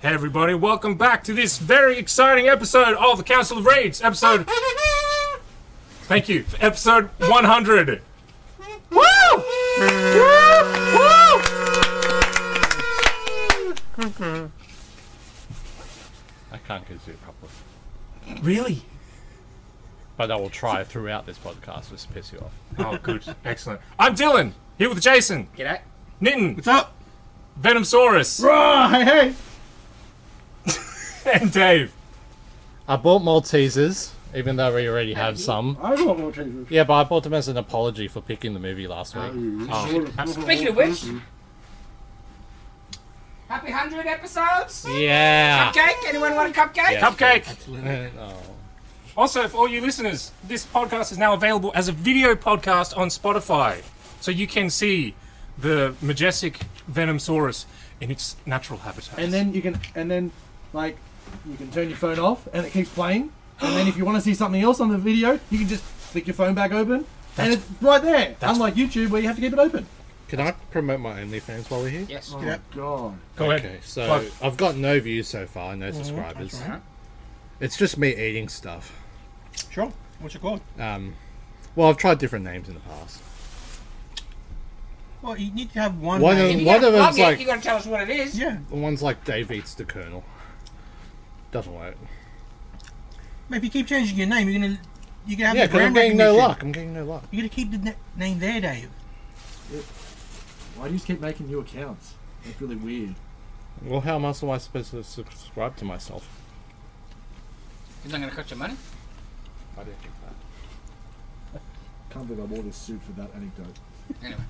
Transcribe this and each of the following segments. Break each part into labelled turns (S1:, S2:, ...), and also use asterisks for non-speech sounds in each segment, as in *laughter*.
S1: Hey everybody, welcome back to this very exciting episode of the Council of Reeds, episode
S2: *laughs*
S1: Thank you. Episode 100. Woo!
S3: I can't get to it properly.
S1: Really?
S3: But I will try throughout this podcast just to piss you off.
S1: Oh good. Excellent. I'm Dylan, here with Jason,
S2: G'day.
S1: Nitten,
S2: What's up?
S1: Venomsaurus,
S2: Hey, hey.
S1: *laughs* and Dave.
S3: I bought Maltesers, even though we already have some.
S4: I don't want more changes.
S3: Yeah, but I bought them as an apology for picking the movie last week.
S2: Speaking of which, happy 100 episodes.
S5: Oh,
S3: Yeah.
S2: Cupcake? Anyone want a cupcake?
S3: Yeah.
S1: Cupcake.
S3: Oh.
S1: Also, for all you listeners, this podcast is now available as a video podcast on Spotify. So you can see the majestic Venomsaurus in its natural habitat.
S4: And then you can, and then, like, you can turn your phone off, and it keeps playing. And then if you want to see something else on the video, you can just flick your phone back open, and it's right there. Unlike YouTube, where you have to keep it open.
S5: Can I promote my OnlyFans while we're here?
S2: Yes.
S4: Oh my god.
S1: Go ahead.
S5: Okay, so
S1: Plug.
S5: I've got no views so far,
S3: Mm-hmm.
S5: no subscribers. It's just me eating stuff.
S6: Sure. What's it called?
S5: Um, well, I've tried different names in the past.
S6: Well, you need to have one.
S5: One
S6: name.
S5: of-
S2: If you
S5: one
S2: gotta
S5: of
S2: plug
S5: them's
S2: it,
S5: like
S2: you gotta tell us what it is.
S6: Yeah.
S5: the one's like Dave eats the Colonel. Doesn't work.
S6: But if you keep changing your name, you're gonna you're gonna have
S5: Yeah,
S6: the
S5: because I'm
S6: brand
S5: getting no
S6: recognition.
S5: luck. I'm getting no luck.
S6: You gotta keep the na- name there, Dave.
S4: Why do you just keep making new accounts? It's really weird.
S5: Well, how else am I supposed to subscribe to myself?
S2: It's not gonna cost you money.
S5: I didn't think that.
S4: Can't believe I wore this suit for that anecdote.
S2: Anyway.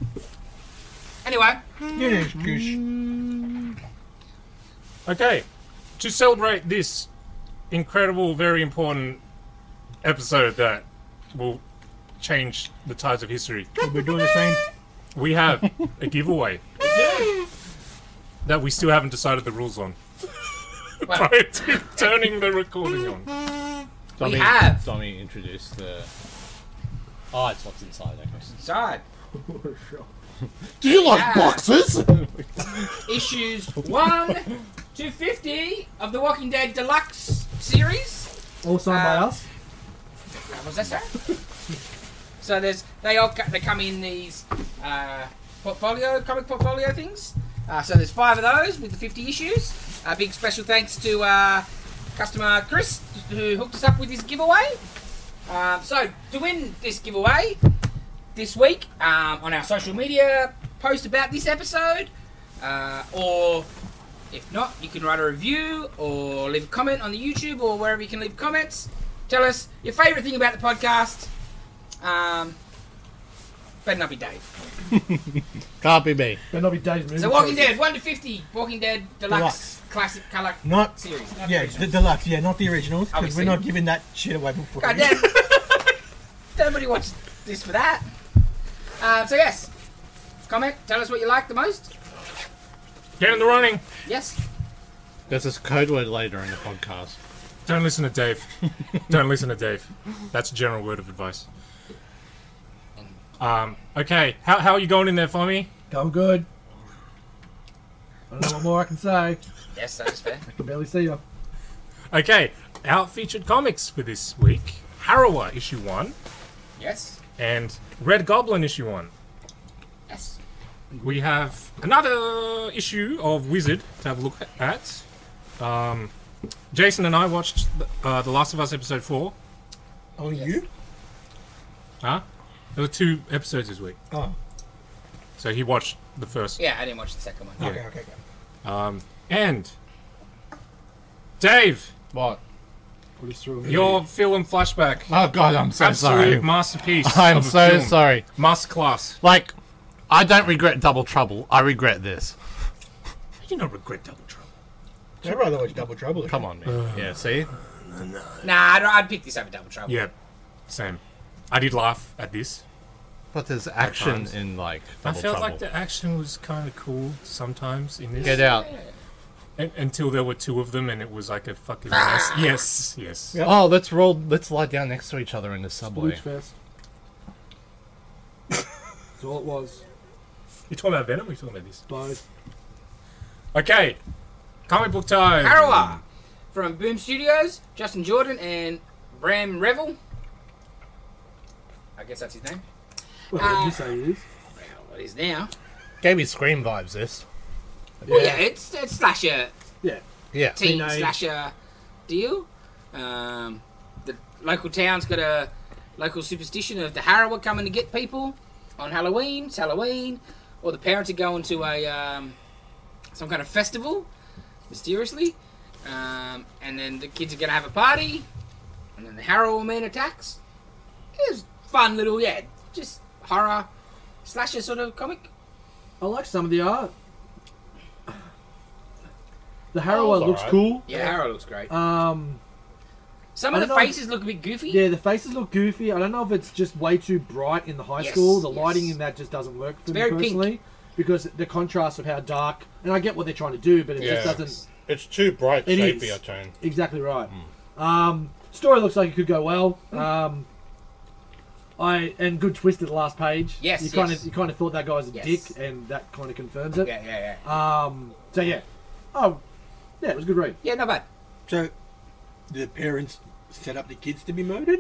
S2: Anyway,
S6: Yes, goose.
S1: Okay, to celebrate this incredible, very important episode that will change the tides of history,
S6: We're doing the same.
S1: we have a giveaway that we still haven't decided the rules on. *laughs*
S2: Wow.
S1: Prior to turning the recording on.
S2: We have.
S3: Tommy introduced the. Oh, it's what's inside. Okay.
S2: side.
S5: Do you like
S2: Yeah.
S5: boxes?
S2: Issues 1 to 50 of the Walking Dead Deluxe series.
S4: All signed by
S2: Uh,
S4: us.
S2: What was that, sir? *laughs* so there's, they all co- they come in these uh, portfolio, comic portfolio things. Uh, so there's five of those with the 50 issues. A big special thanks to uh, customer Chris who hooked us up with this giveaway. Um, so to win this giveaway this week um, on our social media post about this episode, uh, or if not, you can write a review or leave a comment on the YouTube or wherever you can leave comments. Tell us your favourite thing about the podcast. Um, better not be Dave.
S5: Can't be me.
S4: Better not be Dave's movie.
S2: So Walking
S4: choices.
S2: Dead, one to fifty. Walking Dead Deluxe,
S6: Deluxe.
S2: classic colour
S6: Not
S2: series. Not
S6: yeah,
S2: original.
S6: the deluxe. Yeah, not the originals because
S2: Obviously.
S6: we're not giving that shit away for free.
S2: God damn.
S6: *laughs*
S2: Nobody watched this for that. Um, so yes, comment. Tell us what you like the most.
S1: Get in the running.
S2: Yes.
S5: There's this code word later in the podcast.
S1: Don't listen to Dave. Don't listen to Dave. That's a general word of advice. Um, okay, how, how are you going in there for me?
S4: Going good. I don't know what more I can say.
S2: Yes, that is fair.
S4: I can barely see you.
S1: Okay, our featured comics for this week Harrower issue 1
S2: yes.
S1: and Red Goblin issue 1.
S2: Yes.
S1: We have another issue of Wizard to have a look at. Um, Jason and I watched uh, The Last of Us episode 4.
S6: Only Oh, you.
S1: Huh? There were two episodes this week.
S6: Oh.
S1: So he watched the first.
S2: Yeah, I didn't watch the second one.
S6: Okay. Okay. okay.
S1: And Dave,
S5: What?
S4: Put us through.
S1: your film flashback.
S5: Oh God, I'm so
S1: Absolute
S5: sorry.
S1: masterpiece.
S5: I'm
S1: of a
S5: so
S1: film.
S5: sorry.
S1: Masterclass.
S5: Like, I don't regret Double Trouble. I regret this.
S1: You don't regret Double Trouble.
S6: I'd rather watch Double Trouble.
S5: Come on, man. yeah, see?
S2: Nah, I'd, I'd pick this over Double Trouble.
S1: Yeah, same. I did laugh at this.
S5: But there's action
S1: times.
S5: in, like,
S1: I
S5: Double
S1: felt
S5: Trouble.
S1: like the action was kind of cool sometimes in this.
S5: Get out.
S1: Un- until there were two of them and it was like a fucking mess. Yes, yes.
S6: Yeah.
S5: Oh, let's roll. Let's lie down next to each other in the subway.
S4: Bleach *laughs* fest. That's all it was.
S1: You're talking about Venom or you talking about this?
S4: Both.
S1: Okay. Comic book time.
S2: Arawa from Boom Studios, Justin Jordan and Bram Revel. I guess that's his name.
S6: Well,
S2: Ah.
S6: you say it is.
S2: Well, it is now.
S5: Gave me Scream vibes, this.
S2: Yeah, well, yeah it's, it's slasher,
S6: Yeah.
S5: Yeah.
S2: teen
S6: Teenage.
S2: slasher deal. Um, the local town's got a local superstition of the Harawa coming to get people on Halloween. It's Halloween, or the parents are going to a um, some kind of festival, mysteriously, um, and then the kids are going to have a party, and then the Harawa man attacks. It was fun little, yeah, just horror slasher sort of comic.
S4: I like some of the art. The Harrow one looks
S5: alright.
S4: cool.
S2: Yeah, Harawa looks great.
S4: Um,
S2: Some
S4: I
S2: of the
S4: don't know.
S2: faces look a bit goofy.
S4: yeah, the faces look goofy. I don't know if it's just way too bright in the high
S2: Yes,
S4: school. The lighting
S2: yes.
S4: in that just doesn't work for me
S2: very pink.
S4: personally because the contrast of how dark. And I get what they're trying to do, but it
S5: Yeah.
S4: just doesn't
S5: It's too bright,
S4: It is.
S5: sepia tone.
S4: exactly right. Um, story looks like it could go well.
S2: Hmm.
S4: Um, I and good twist at the last page.
S2: Yes,
S4: you kind
S2: yes.
S4: of you kind of thought that guy was a
S2: Yes.
S4: dick, and that kind of confirms it.
S2: yeah, yeah, yeah.
S4: Um, so yeah, oh yeah, it was a good read.
S2: Yeah, not bad.
S6: So, the parents set up the kids to be murdered?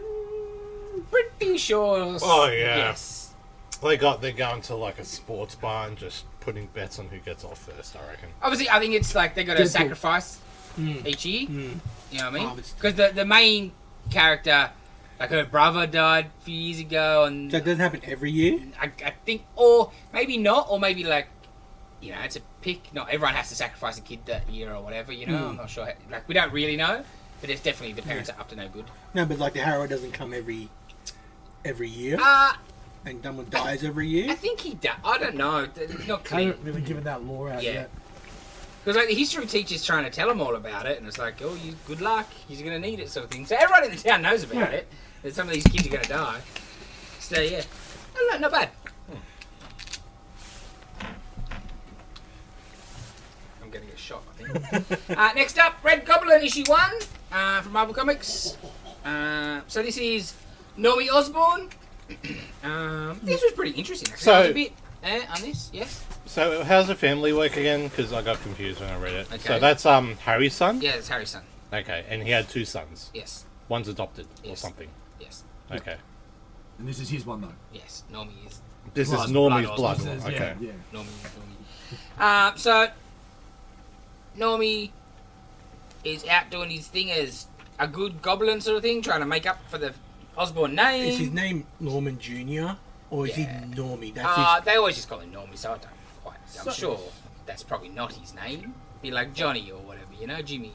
S2: Pretty sure.
S5: Oh, yeah.
S2: Yes.
S5: They got they're going to like a sports bar and just putting bets on who gets off first. I reckon.
S2: Obviously, I think it's like they got to
S4: Deadpool.
S2: sacrifice each year. You know what I
S6: Oh,
S2: mean?
S6: it's-
S2: Because the the main character, like her brother, died a few years ago, and
S6: So it doesn't happen every year?
S2: I, I think, or maybe not, or maybe like, you know, it's a pick. Not everyone has to sacrifice a kid that year or whatever. You know, I'm not sure. how- Like, we don't really know, but it's definitely the parents are up to no good.
S6: No, but like the Harrow doesn't come every every year,
S2: Uh,
S6: and someone dies every
S2: I
S6: year.
S2: think he died. I don't know. It's not
S4: I
S2: clear.
S4: haven't really given that lore out
S2: Yeah.
S4: yet.
S2: Because like the history teacher's trying to tell them all about it, and it's like, oh, you good luck, you're gonna need it, sort of thing. So everyone in the town knows about
S4: Yeah.
S2: it. That some of these kids are gonna die. So yeah, no, no, not bad.
S4: Hmm.
S2: I'm gonna get shot. I think. *laughs* uh, next up, Red Goblin issue one uh, from Marvel Comics. Uh, so this is Normie Osborn. *clears throat* um, this was pretty interesting. Actually.
S5: So-
S2: It was a bit eh, on this, yes,
S5: So how's the family work again? Because I got confused when I read it.
S2: Okay.
S5: So that's um Harry's son.
S2: yeah, it's Harry's son.
S5: Okay, and he had two sons.
S2: Yes,
S5: One's adopted or
S2: Yes.
S5: something.
S2: yes.
S5: Okay.
S4: And this is his one though.
S2: Yes, Normie is.
S5: This
S2: Blood,
S5: is
S2: blood
S5: Normie's
S2: or
S5: blood.
S4: This is-
S5: okay.
S4: yeah, yeah.
S2: Normie is *laughs* Normie. Uh, so, Normie is out doing his thing as a good goblin sort of thing, trying to make up for the Osborne name.
S6: Is his name Norman Junior or is
S2: Yeah.
S6: he Normie? That's
S2: uh,
S6: his.
S2: they always just call him Normie, so I don't quite. I'm
S4: So-
S2: sure that's probably not his name. Be like Johnny or whatever, you know, Jimmy.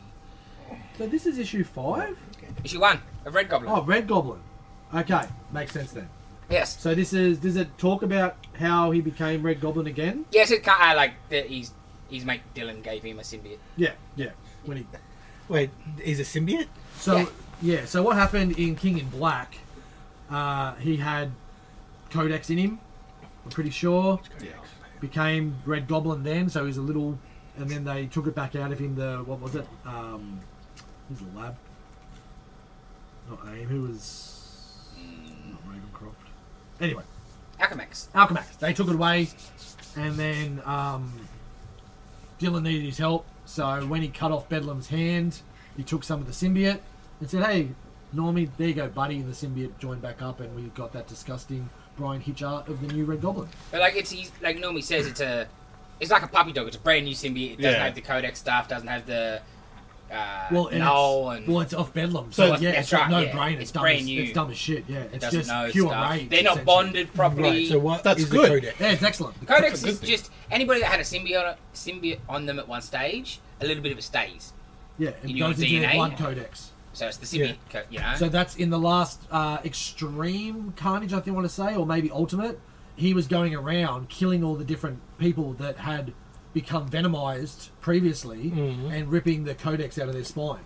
S4: So this is issue five.
S2: Issue one of Red Goblin.
S4: Oh, Red Goblin. Okay, makes sense then.
S2: Yes.
S4: So this is does it talk about how he became Red Goblin again?
S2: Yes, it kind of like that. He's his mate Dylan gave him a symbiote.
S4: Yeah, yeah. When he
S6: Wait, is a symbiote?
S4: so
S2: Yeah.
S4: yeah. So what happened in King in Black? Uh, he had Codex in him. I'm pretty sure. Became Red Goblin then, so he's a little, and then they took it back out of him. The what was it? Um, his lab. Not AIM. Who was? Not Ravencroft. Anyway.
S2: Alchemax.
S4: Alchemax. They took it away, and then um, Dylan needed his help. So when he cut off Bedlam's hand, he took some of the symbiote and said, "Hey, Normie, there you go, buddy." And the symbiote joined back up, and we got that disgusting Brian Hitch art of the new Red Goblin.
S2: But like it's he's, like Normie says, it's a it's like a puppy dog. It's a brand new symbiote. It doesn't
S5: Yeah.
S2: have the codex stuff. Doesn't have the uh,
S4: Well, and
S2: null
S4: it's,
S2: and
S4: well, it's off Bedlam, so,
S2: it's-
S4: yeah,
S2: that's
S4: it's like
S2: right,
S4: no
S2: yeah.
S4: brain. It's,
S2: It's
S4: dumb
S2: brand
S4: as,
S2: new.
S4: It's dumb as shit. Yeah, it's
S2: doesn't
S4: just
S2: know
S4: pure
S2: stuff.
S4: rage.
S2: They're not
S4: essentially.
S2: bonded properly.
S6: Right. So what?
S5: That's
S6: is
S5: good.
S6: The codex?
S4: Yeah, it's excellent. The
S2: Codex
S5: That's a
S2: is
S5: good
S2: just anybody that had a symbiote symbiote on them at one stage, a little bit of it stays.
S4: yeah, it
S2: in your
S4: goes into their
S2: DNA.
S4: blood codex.
S2: So it's the symbiote, co- you know.
S4: So that's in the last uh, extreme carnage, I think I want to say, or maybe ultimate. He was going around killing all the different people that had become venomized previously and ripping the codex out of their spine.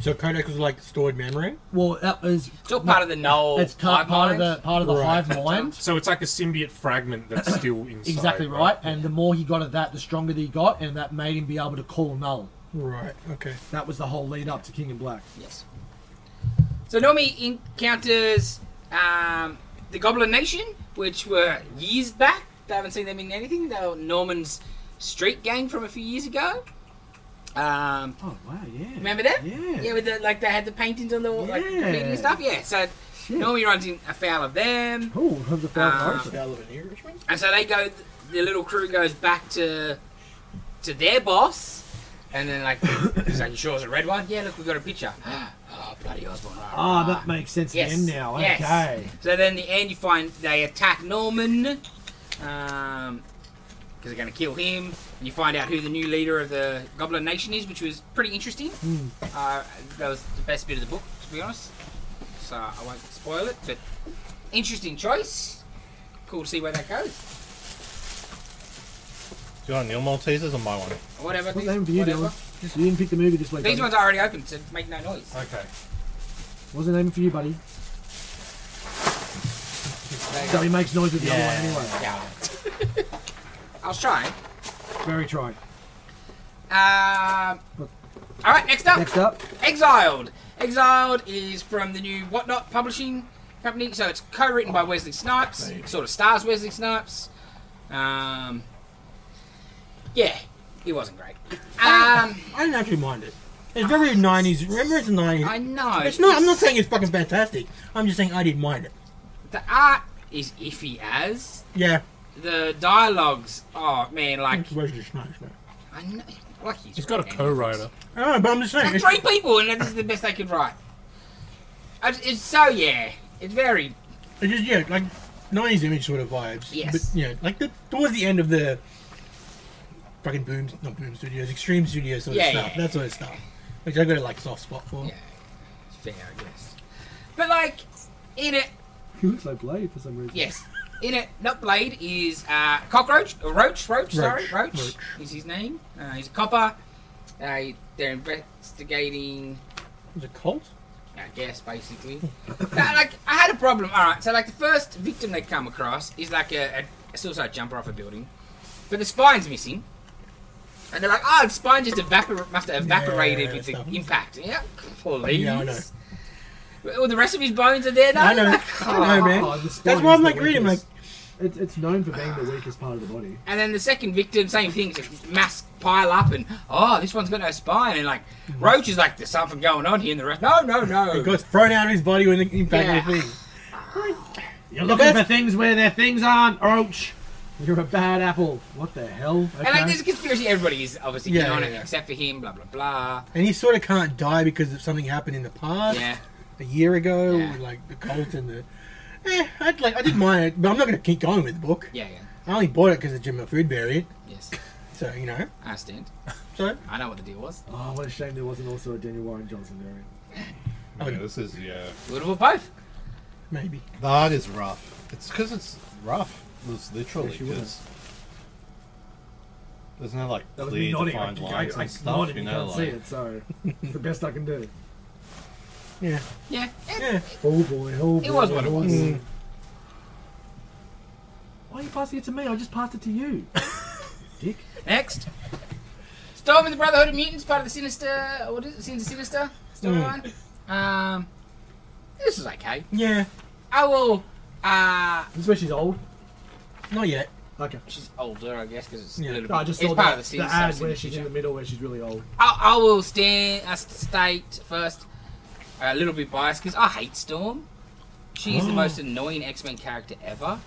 S6: So codex was like stored memory.
S4: Well, that was
S2: it's all part of the null.
S4: it's ca-
S2: Oh, hive
S4: part of
S2: mind.
S4: the part of the
S6: Right.
S4: hive
S2: *laughs*
S4: mind.
S1: So it's like a symbiote fragment
S5: *coughs*
S1: that's still inside.
S4: Exactly right. And the more he got at that, the stronger he got, and that made him be able to call null.
S6: Right. Okay.
S4: That was the whole lead up to King in Black.
S2: Yes. So Normie encounters um, the Goblin Nation, which were years back. They haven't seen them in anything. They were Norman's Street Gang from a few years ago. Um,
S4: Oh wow, yeah.
S2: remember that?
S4: Yeah.
S2: Yeah, with the, like they had the paintings on the wall, like
S4: Yeah.
S2: graffiti and stuff. Yeah. So
S4: Shit.
S2: Normie runs in afoul of them,
S4: Oh, have the foul
S2: Um,
S4: person.
S6: Foul of an Irishman?
S2: and so they go. The little crew goes back to to their boss, and then like he's like, "You sure it's a red one? Yeah, look, we got a picture. *gasps* oh, bloody Osborne! rah,
S4: Ah,
S2: rah,
S4: that makes sense
S2: Yes.
S4: to him now. Okay.
S2: Yes. So then, the end, you find they attack Norman because they're going to kill him. And you find out who the new leader of the Goblin Nation is, which was pretty interesting.
S4: Hmm.
S2: Uh, that was the best bit of the book, to be honest. So I won't spoil it, but interesting choice. Cool to see where that goes.
S5: Do you want your Maltesers or my one?
S2: Whatever.
S4: What
S2: these-
S4: name for you,
S2: whatever.
S4: Dylan? You didn't pick the movie this week.
S2: These
S4: buddy.
S2: ones are already open, so make no noise.
S5: Okay.
S4: What's the name for you, buddy? So he makes noise with the other one anyway.
S2: Yeah. *laughs* I was trying.
S4: Very try.
S2: Um, all right, next up.
S4: Next up, *laughs*
S2: Exiled. Exiled is from the new Whatnot Publishing Company, so it's co-written by Wesley Snipes. Sort of stars Wesley Snipes. Um, yeah, he wasn't great.
S6: *laughs*
S2: Um,
S6: I didn't actually mind it. It's very 90s. Remember, it's 90s.
S2: Ah, I know.
S6: it's not. I'm not saying it's fucking fantastic. I'm just saying I didn't mind it.
S2: The art is iffy as
S6: Yeah.
S2: the dialogues. Oh man, like
S6: It's Wesley Snipes, man.
S2: I know, like he's,
S1: He's got a
S2: written
S1: co-writer.
S6: I don't know, but I'm just saying.
S2: anything. There's
S6: It's,
S2: three people, and this is the best they could write. I- It's so yeah. It's very
S6: it's just, yeah, like 90s image sort of vibes.
S2: Yes.
S6: But, yeah, like the, towards the end of the fucking Boom, not Boom Studios, Extreme Studios sort
S2: Yeah,
S6: of stuff.
S2: yeah.
S6: That sort of stuff. Which I got a like soft spot for.
S2: Yeah, it's fair, I guess. But like, in it,
S4: he looks like Blade for some reason.
S2: yes, in it, not Blade is uh, cockroach, or roach, roach, sorry,
S6: Roach,
S2: roach,
S6: Roach.
S2: is his name. Uh, he's a copper. Uh, they're investigating,
S6: Was it Colt?
S2: I guess,
S6: *laughs*
S2: basically. Uh, like, I had a problem. All right, so like the first victim they come across is like a, a suicide jumper off a building, but the spine's missing. And they're like, oh, the spine just evapor- must have evaporated
S6: Yeah,
S2: with the
S6: stuff.
S2: impact. Yeah, please.
S6: Yeah, I know.
S2: Well, the rest of his bones are there, though.
S6: I know.
S2: *laughs*
S6: I know, man.
S4: Oh, the
S6: That's
S4: spine
S6: why
S4: is
S6: I'm
S4: the
S6: like reading, like,
S4: weakest. It's, it's known for being the weakest part of the body.
S2: And then the second victim, same thing, it's a mass pile up, and oh, this one's got no spine, and like Roach is like, there's something going on here, and the rest, no, no,
S6: It
S2: no.
S6: got thrown out of his body when the impact
S2: Yeah.
S6: of the thing.
S4: You're
S6: The
S4: looking for
S6: best-
S4: things where their things aren't, Roach. You're a bad apple. What the hell?
S2: And like,
S4: Okay.
S2: there's a conspiracy. Everybody is obviously
S6: Yeah,
S2: in on
S6: yeah,
S2: it,
S6: yeah.
S2: except for him. Blah blah blah.
S6: And he sort of can't die because of something happened in the past.
S2: Yeah,
S6: A year ago,
S2: Yeah.
S6: with, like the cult and the. Eh, I'd like I didn't mind it, but I'm not going to keep going with the book.
S2: yeah, yeah.
S6: I only bought it because of Jim Food variant,
S2: Yes,
S6: so you know.
S2: I understand.
S6: So
S2: I know what the deal was.
S4: oh, what a shame there wasn't also a Daniel Warren Johnson variant.
S5: Okay, this is yeah.
S2: We would have both.
S6: maybe
S5: That is rough. It's because it's rough. It's literally
S4: Yes, you wouldn't.
S5: 'cause there's no like
S4: That was me
S5: clear
S4: nodding. I,
S5: defined
S4: I,
S5: lines
S4: I
S5: and stuff.
S4: nodded.
S5: You
S4: You
S5: know,
S4: can't see
S5: like
S4: it, so it's the best I can do.
S6: yeah.
S2: Yeah, eh,
S6: Yeah.
S4: Oh boy, oh boy.
S2: It was what it
S4: oh
S2: was.
S6: Mm.
S4: boy. Why are you passing it to me? I just passed it to
S2: *laughs*
S4: you. Dick.
S2: Next, Storm and the Brotherhood of Mutants, part of the Sinister. What is it? Sinister Sinister
S6: Hmm.
S2: storyline. Um, this is okay.
S6: Yeah.
S2: I will. Uh,
S4: This is where she's old.
S6: Not yet.
S4: Okay.
S2: She's older, I guess, because it's a
S6: Yeah.
S2: little bit.
S4: No, I just
S2: it's
S4: saw
S2: part
S4: that,
S2: of the,
S4: the
S2: season,
S4: ad
S2: so
S4: where
S2: it's in
S4: she's
S2: the
S4: in the
S2: future.
S4: middle where she's really old.
S2: I, I will stand, uh, state first a little bit biased because I hate Storm. She's
S4: Oh.
S2: the most annoying X Men character ever.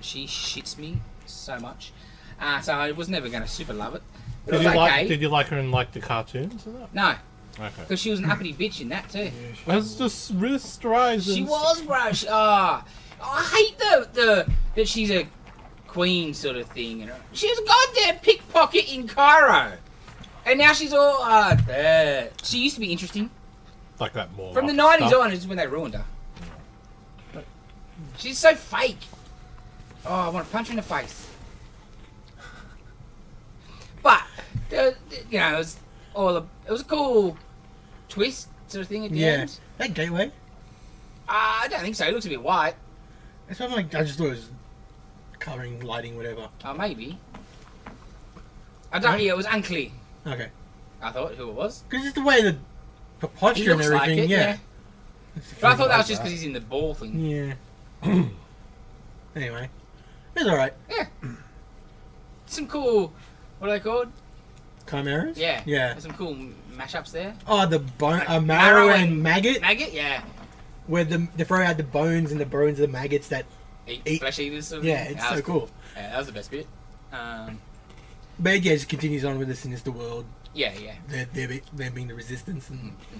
S2: She shits me so much. Uh, so I was never going to super love it. But
S5: did
S2: it
S5: you
S2: was okay.
S5: like did you like her in like the cartoons and that?
S2: No,
S5: Okay.
S2: because she was an uppity bitch in that too.
S5: That's just wrist rise.
S2: She
S5: and-
S2: was Rush. Ah, I hate the the that she's a queen sort of thing. And she was a goddamn pickpocket in Cairo, and now she's all uh, uh, she used to be interesting
S5: like that more
S2: from the
S5: rock
S2: nineties
S5: stuff.
S2: on is when they ruined her. She's so fake. Oh, I want to punch her in the face. But uh, you know, it was all a, it was a cool twist sort of thing at the
S6: Yeah.
S2: end.
S6: That gateway.
S2: Uh, I don't think so. It looks a bit white.
S6: That's what I'm like. I just thought it was coloring, lighting, whatever.
S2: Oh, maybe. I don't. Yeah, it was unclear.
S6: Okay.
S2: I thought who it was.
S6: Because it's the way the, the
S2: He
S6: posture and
S2: looks like
S6: everything.
S2: it. Yeah.
S6: yeah.
S2: But I thought that was just because he's in the ball thing.
S6: Yeah. *clears throat* anyway, it's all right.
S2: Some cool What are they called?
S6: Chimeras?
S2: Yeah.
S6: Yeah.
S2: There's some cool mashups there.
S6: Oh, the bone, uh, marrow and
S2: and-
S6: maggot,
S2: Maggot, yeah.
S6: where the, they throw out the bones and the bones of the maggots. That
S2: Eat,
S6: Eat-
S2: flesh eaters. Sort of
S6: yeah,
S2: thing.
S6: it's
S2: That
S6: so
S2: was
S6: cool.
S2: Mm-hmm. Yeah, that was the best bit. Um,
S6: But yeah, it just continues on with the sinister world.
S2: yeah, yeah.
S6: They're, they're, be- they're being the resistance and
S2: Mm-hmm.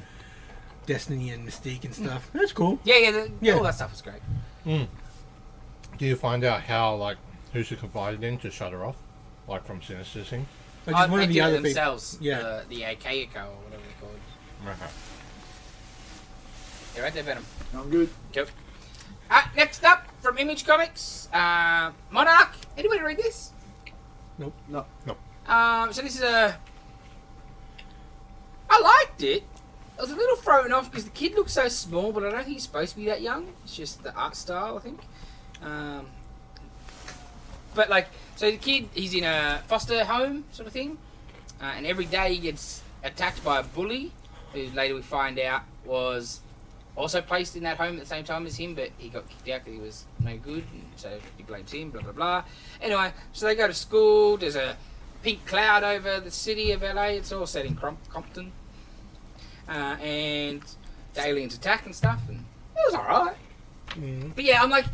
S6: destiny and mystique and stuff. That's cool.
S2: Yeah, yeah, the,
S6: Yeah.
S2: All that stuff was great.
S5: Do you find out how, like, who she confided in to shut her off? Like, from Sinister Thing?
S6: Like, just
S2: oh,
S6: one
S2: they
S6: of the
S2: did it
S6: other people-
S2: themselves.
S6: Yeah.
S2: The, the Achaeco or whatever they're called.
S5: Okay.
S2: They're right there, Venom.
S4: I'm good.
S2: Yep. Uh, next up from Image Comics, uh, Monarch. Anybody read this?
S4: No.
S2: Um, so this is a. I liked it. I was a little thrown off because the kid looks so small, but I don't think he's supposed to be that young. It's just the art style, I think. Um, but like, so the kid, he's in a foster home sort of thing, uh, and every day he gets attacked by a bully, who later we find out was also placed in that home at the same time as him, but he got kicked out because he was no good, and so he blames him. Blah blah blah. Anyway, so they go to school. There's a pink cloud over the city of LA. It's all set in Crom- Compton, uh, and the aliens attack and stuff, and it was alright.
S6: Mm.
S2: But yeah, I'm like,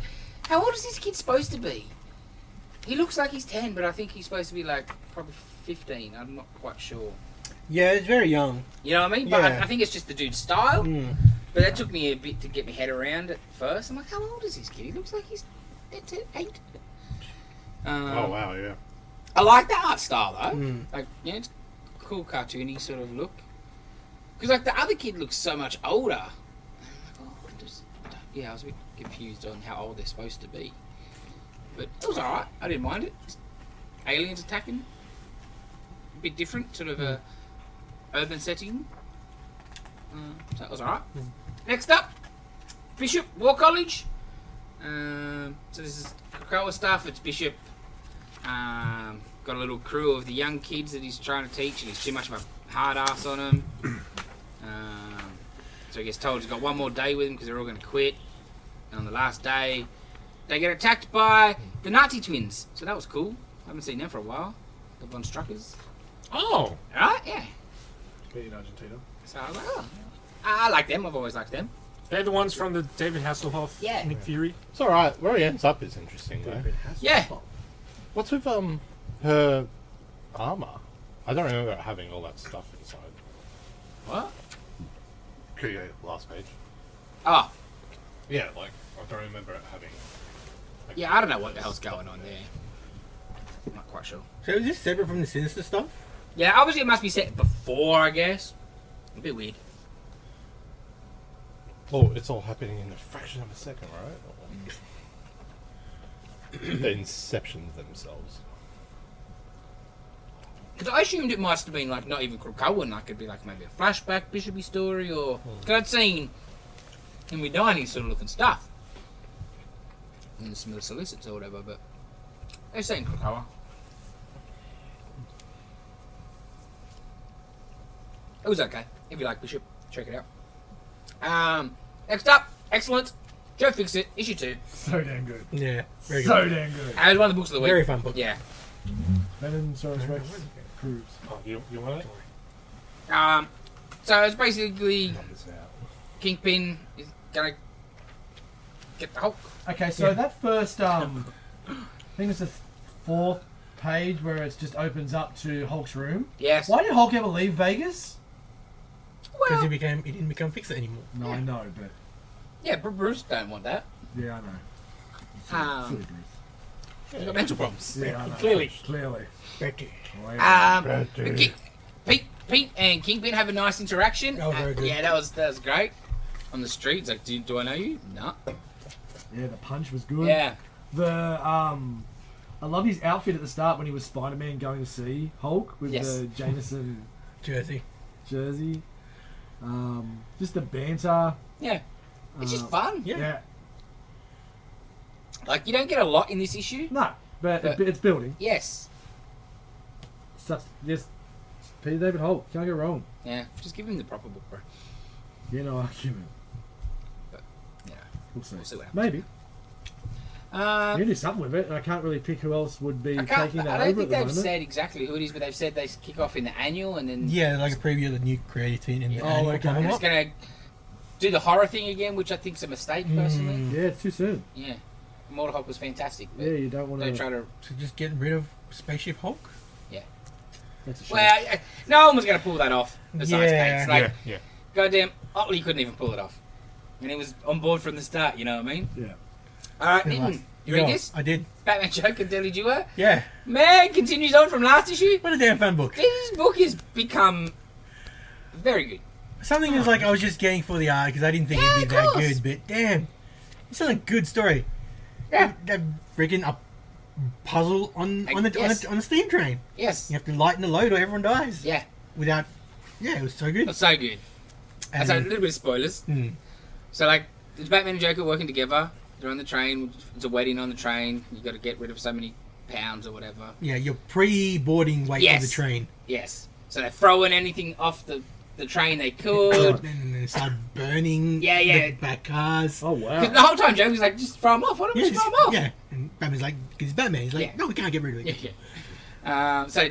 S2: how old is this kid supposed to be? He looks like he's ten, but I think he's supposed to be like probably fifteen. I'm not quite sure.
S6: Yeah, it's very young.
S2: You know what I mean? But
S6: Yeah.
S2: I, I think it's just the dude's style.
S6: Mm.
S2: But that took me a bit to get my head around at first. I'm like, how old is this kid? He looks like he's eight. to eight. Um,
S5: Oh, wow, yeah.
S2: I like the art style though.
S6: Mm.
S2: Like, you know, it's cool cartoony sort of look. Because like the other kid looks so much older. I'm like, oh, I just- I don't- yeah, I was a bit confused on how old they're supposed to be. But it was alright. I didn't mind it. Just aliens attacking. A bit different, sort of a urban setting. Uh, so that was alright. Next up, Bishop War College. Um, so this is Krakoa stuff. It's Bishop. Um, got a little crew of the young kids that he's trying to teach, and he's too much of a hard ass on them. Um, so he gets told he's got one more day with him because they're all going to quit. And on the last day, they get attacked by the Nazi twins. So that was cool. I haven't seen them for a while. The Von Struckers.
S1: Oh,
S2: Alright, yeah.
S4: Okay, in Argentina.
S2: So I was like, oh. I I like them. I've always liked them.
S1: they're the ones from the David Hasselhoff,
S2: Yeah.
S1: Nick Fury.
S5: It's alright. Where he ends up is interesting, though.
S2: Yeah.
S5: What's with, um, her armor? I don't remember it having all that stuff inside.
S2: What?
S5: Could you go last page?
S2: Oh,
S5: Yeah, like, I don't remember it having. like,
S2: yeah, I don't know what the hell's going on there. I'm not quite sure.
S6: So is this separate from the sinister stuff?
S2: Yeah, obviously it must be set before, I guess. A bit weird.
S5: Oh, it's all happening in a fraction of a second, right? they inception themselves.
S2: Because I assumed it must have been like not even Krakowan, like it'd be like maybe a flashback Bishopy story or. Because I'd seen in my dining sort of looking stuff. And some of the solicits or whatever, but. They're saying Krakoa. It was okay. If you like Bishop, check it out. Um, next up, excellent. Joe Fix It, issue two.
S4: So damn good.
S6: Yeah, very good.
S4: So damn good.
S2: That was one of the books of the week.
S6: Very fun book.
S2: Yeah.
S4: Venom Saurus Rex proves.
S1: Oh, you, you want it?
S2: Um, so it's basically
S5: It's out.
S2: Kingpin is gonna get the Hulk.
S4: Okay, so that first, *laughs* um, I think it's the fourth page where it just opens up to Hulk's room.
S2: Yes.
S4: Why did Hulk ever leave Vegas?
S6: Because he
S2: Well,
S6: became he didn't become fixer anymore.
S4: No, I know, but
S2: yeah, Bru- Bruce don't want that.
S4: yeah, I know.
S2: Um,
S4: Silly Bruce.
S2: he's got mental problems.
S4: Yeah, I know.
S2: Clearly.
S4: Clearly.
S6: Becky.
S2: Um,
S5: Bad
S2: but
S5: dude.
S2: Ki- Pete, Pete and Kingpin have a nice interaction.
S6: Oh, very
S2: Uh,
S6: good.
S2: Yeah, that was that was great. On the streets, like, do, do I know you? No.
S4: yeah, the punch was good.
S2: Yeah.
S4: The um, I love his outfit at the start when he was Spider Man going to see Hulk with
S2: Yes.
S4: the
S2: *laughs*
S4: Jameson
S6: Jersey.
S4: jersey. Um, just the banter.
S2: Yeah. It's
S4: Uh,
S2: just fun.
S6: Yeah.
S4: Yeah.
S2: Like you don't get a lot in this issue.
S4: No, but it-
S2: Yeah.
S4: it's building.
S2: Yes.
S4: Such, yes, Peter David Holt. Can't go wrong.
S2: Yeah. Just give him the proper book, bro.
S4: Yeah, no argument.
S2: But, yeah.
S4: We'll see.
S2: We'll see what happens.
S4: Maybe.
S2: Um,
S4: You do something with it, and I can't really pick who else would be
S2: I, can't,
S4: taking
S2: I
S4: that over
S2: don't think
S4: at the
S2: they've
S4: moment.
S2: said exactly who it is, but they've said they kick off in the annual and then
S6: Yeah, like a preview of the new creatine in the
S2: Yeah.
S6: annual
S4: Oh, okay.
S6: coming
S2: And it's
S6: up.
S2: going to do the horror thing again, which I think's a mistake personally.
S4: yeah, it's too soon.
S2: Yeah, Mortal Hulk was fantastic, but
S4: Yeah, you don't want
S2: they
S4: to.
S2: try to.
S6: So just getting rid of Spaceship Hulk.
S4: That's a shame.
S2: Well, I- no one was going to pull that off. Besides
S6: Yeah.
S2: Cates, like
S1: Yeah, yeah.
S2: goddamn, Otley couldn't even pull it off, and he was on board from the start. You know what I mean?
S4: Yeah.
S2: All right,
S6: Yeah,
S2: Nitin,
S6: right.
S2: you read
S6: Yeah,
S2: this?
S6: I did.
S2: Batman Joker Daily Duo.
S6: Yeah.
S2: Man continues on from last issue.
S6: What a damn fun book.
S2: This book has become very good.
S6: Something is like I was just getting for the art because I didn't think
S2: Yeah,
S6: it'd be
S2: of
S6: that
S2: course.
S6: good, but damn, it's still a good story.
S2: Yeah.
S6: That freaking a puzzle on
S2: I
S6: on the,
S2: guess.
S6: on, a, on a steam train.
S2: Yes.
S6: You have to lighten the load or everyone dies.
S2: Yeah.
S6: Without, yeah, it was so good.
S2: It's so good.
S6: And-
S2: That's a little bit of spoilers.
S6: Hmm.
S2: So like, it's Batman and Joker working together. They're on the train. It's a wedding on the train. You got to get rid of so many pounds or whatever.
S6: yeah, you're pre-boarding weight
S2: Yes.
S6: for the train.
S2: Yes. So they're throwing anything off the, the train they
S6: And
S2: could.
S6: then they start burning.
S2: Yeah, yeah.
S6: The back cars.
S4: Oh
S2: 'Cause
S4: wow.
S2: the whole time Joker's like, just throw them off. Why don't we
S6: yeah,
S2: just throw them off?
S6: yeah. And Batman's like, because Batman, he's like,
S2: Yeah.
S6: no, we can't get rid of it.
S2: *laughs* Yeah, yeah. Um, so,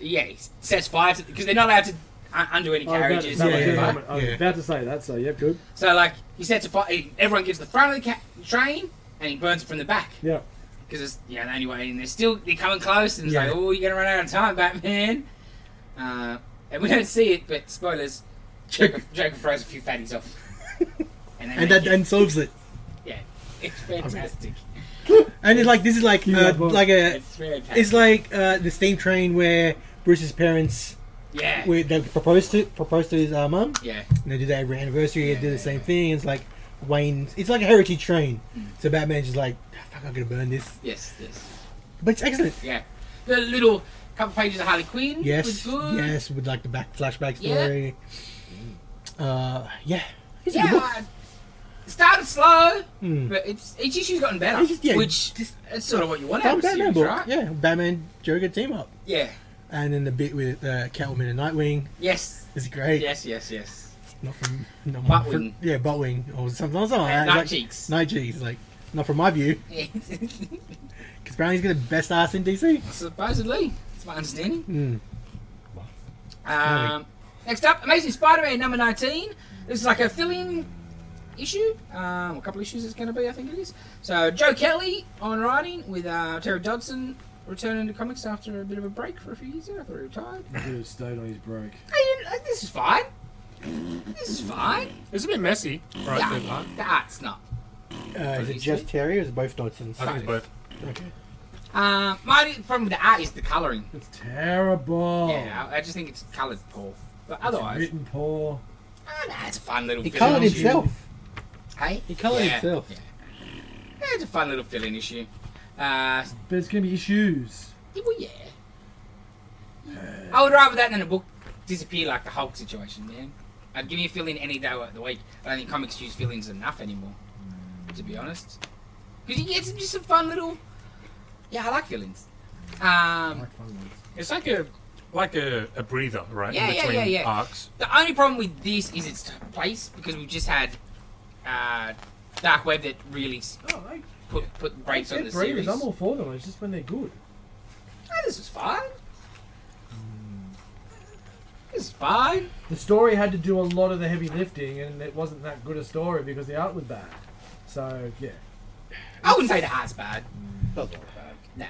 S2: yeah, he sets fire to because they're not allowed to un- undo any
S4: I Oh, was about to
S2: carriages.
S4: say-
S2: or
S6: yeah,
S2: whatever.
S6: yeah.
S4: I was about to say that, so yeah, good.
S2: So, like, he sets a fire. he- Everyone gets the front of the ca- train, and he burns it from the back
S4: Yeah.
S2: because it's you know the only way. And they're still they're coming close, and it's
S6: Yeah.
S2: like, oh, you're gonna run out of time, Batman. Uh, and we don't see it, but spoilers. Joker,
S6: *laughs*
S2: Joker throws a few fatties off, and, they
S6: And
S2: make
S6: that
S2: it.
S6: and solves it.
S2: it's fantastic.
S6: *laughs* And it's like this is like
S4: You
S6: uh,
S4: love-
S6: like a
S2: It's fantastic.
S6: It's like uh, the steam train where Bruce's parents
S2: yeah,
S6: where they proposed to proposed to his uh, mum.
S2: yeah,
S6: And they do that every anniversary.
S2: Yeah,
S6: they do
S2: yeah,
S6: the same
S2: yeah.
S6: thing. It's like Wayne. It's like a heritage train. So Batman's just like, "Ah, fuck, I'm gonna burn this.
S2: yes, yes.
S6: But it's excellent.
S2: Yeah. The little couple pages of Harley Quinn was
S6: Yes,
S2: good.
S6: yes, with like the back flashback story. Uh, yeah. It's a
S2: Yeah.
S6: good book.
S2: I- it started slow,
S6: Mm.
S2: but it's each issue's gotten better.
S6: It's just- yeah,
S2: which
S6: just-
S2: it's sort of what you want out
S6: Fun
S2: of a
S6: Batman
S2: series,
S6: book.
S2: right?
S6: Yeah, Batman Joker team up,
S2: Yeah.
S6: and then the bit with uh, Catwoman and Nightwing
S2: Yes.
S6: is great.
S2: Yes, yes, yes.
S6: Not from not
S2: Buttwing.
S6: from- yeah, Buttwing or something. something like
S2: And Night
S6: that. Uh, Like-
S2: Cheeks.
S6: No, geez, like not from my view, because apparently he's got the best ass in DC. *laughs*
S2: Supposedly. That's my understanding.
S6: Mm.
S2: Um, next up, Amazing Spider-Man number 19. This is like a fill-in issue, um, a couple issues it's going to be, I think it is. So Joe Kelly on writing with uh, Terry Dodson returning to comics after a bit of a break for a few years. there. I thought he retired.
S4: He could have stayed on his break.
S2: I didn't, uh, this is fine. This is fine.
S1: It's a bit messy, right?
S2: Yeah.
S1: that part.
S2: That's not.
S6: Uh, is it just Terry or is it both Dodsons?
S1: I think it's both.
S6: Okay.
S2: Uh, my only problem with the art is the colouring.
S4: It's terrible.
S2: Yeah, I, I just think it's coloured poor. But
S4: Oh. It's
S2: otherwise,
S4: written poor.
S2: oh, no, it's a fun little.
S6: He
S2: fill-in
S6: coloured
S2: issue.
S6: himself.
S2: Hey,
S6: He coloured
S2: Yeah.
S6: himself.
S2: Yeah. Yeah, it's a fun little fill-in issue. Uh,
S4: But it's gonna be issues.
S2: yeah, well, yeah. I would rather that than a book disappear like the Hulk situation, man. I'd give you a fill-in any day of the week. I don't think comics use fill-ins enough anymore, to be honest. Because you get some, just some fun little. Yeah, I like fill-ins. Um,
S1: It's like a like a, a breather, right?
S2: Yeah,
S1: in
S2: yeah,
S1: between
S2: yeah, yeah.
S1: arcs.
S2: the only problem with this is its place because we've just had uh, Dark Web that really s-
S4: Oh, I,
S2: put put brakes on the series.
S4: breeders. I'm all for them. It's just when they're good.
S2: Oh, this was fine. This is fine.
S4: The story had to do a lot of the heavy lifting, and it wasn't that good a story because the art was bad. So yeah,
S2: I wouldn't say the art's bad.
S3: That's
S2: Nah.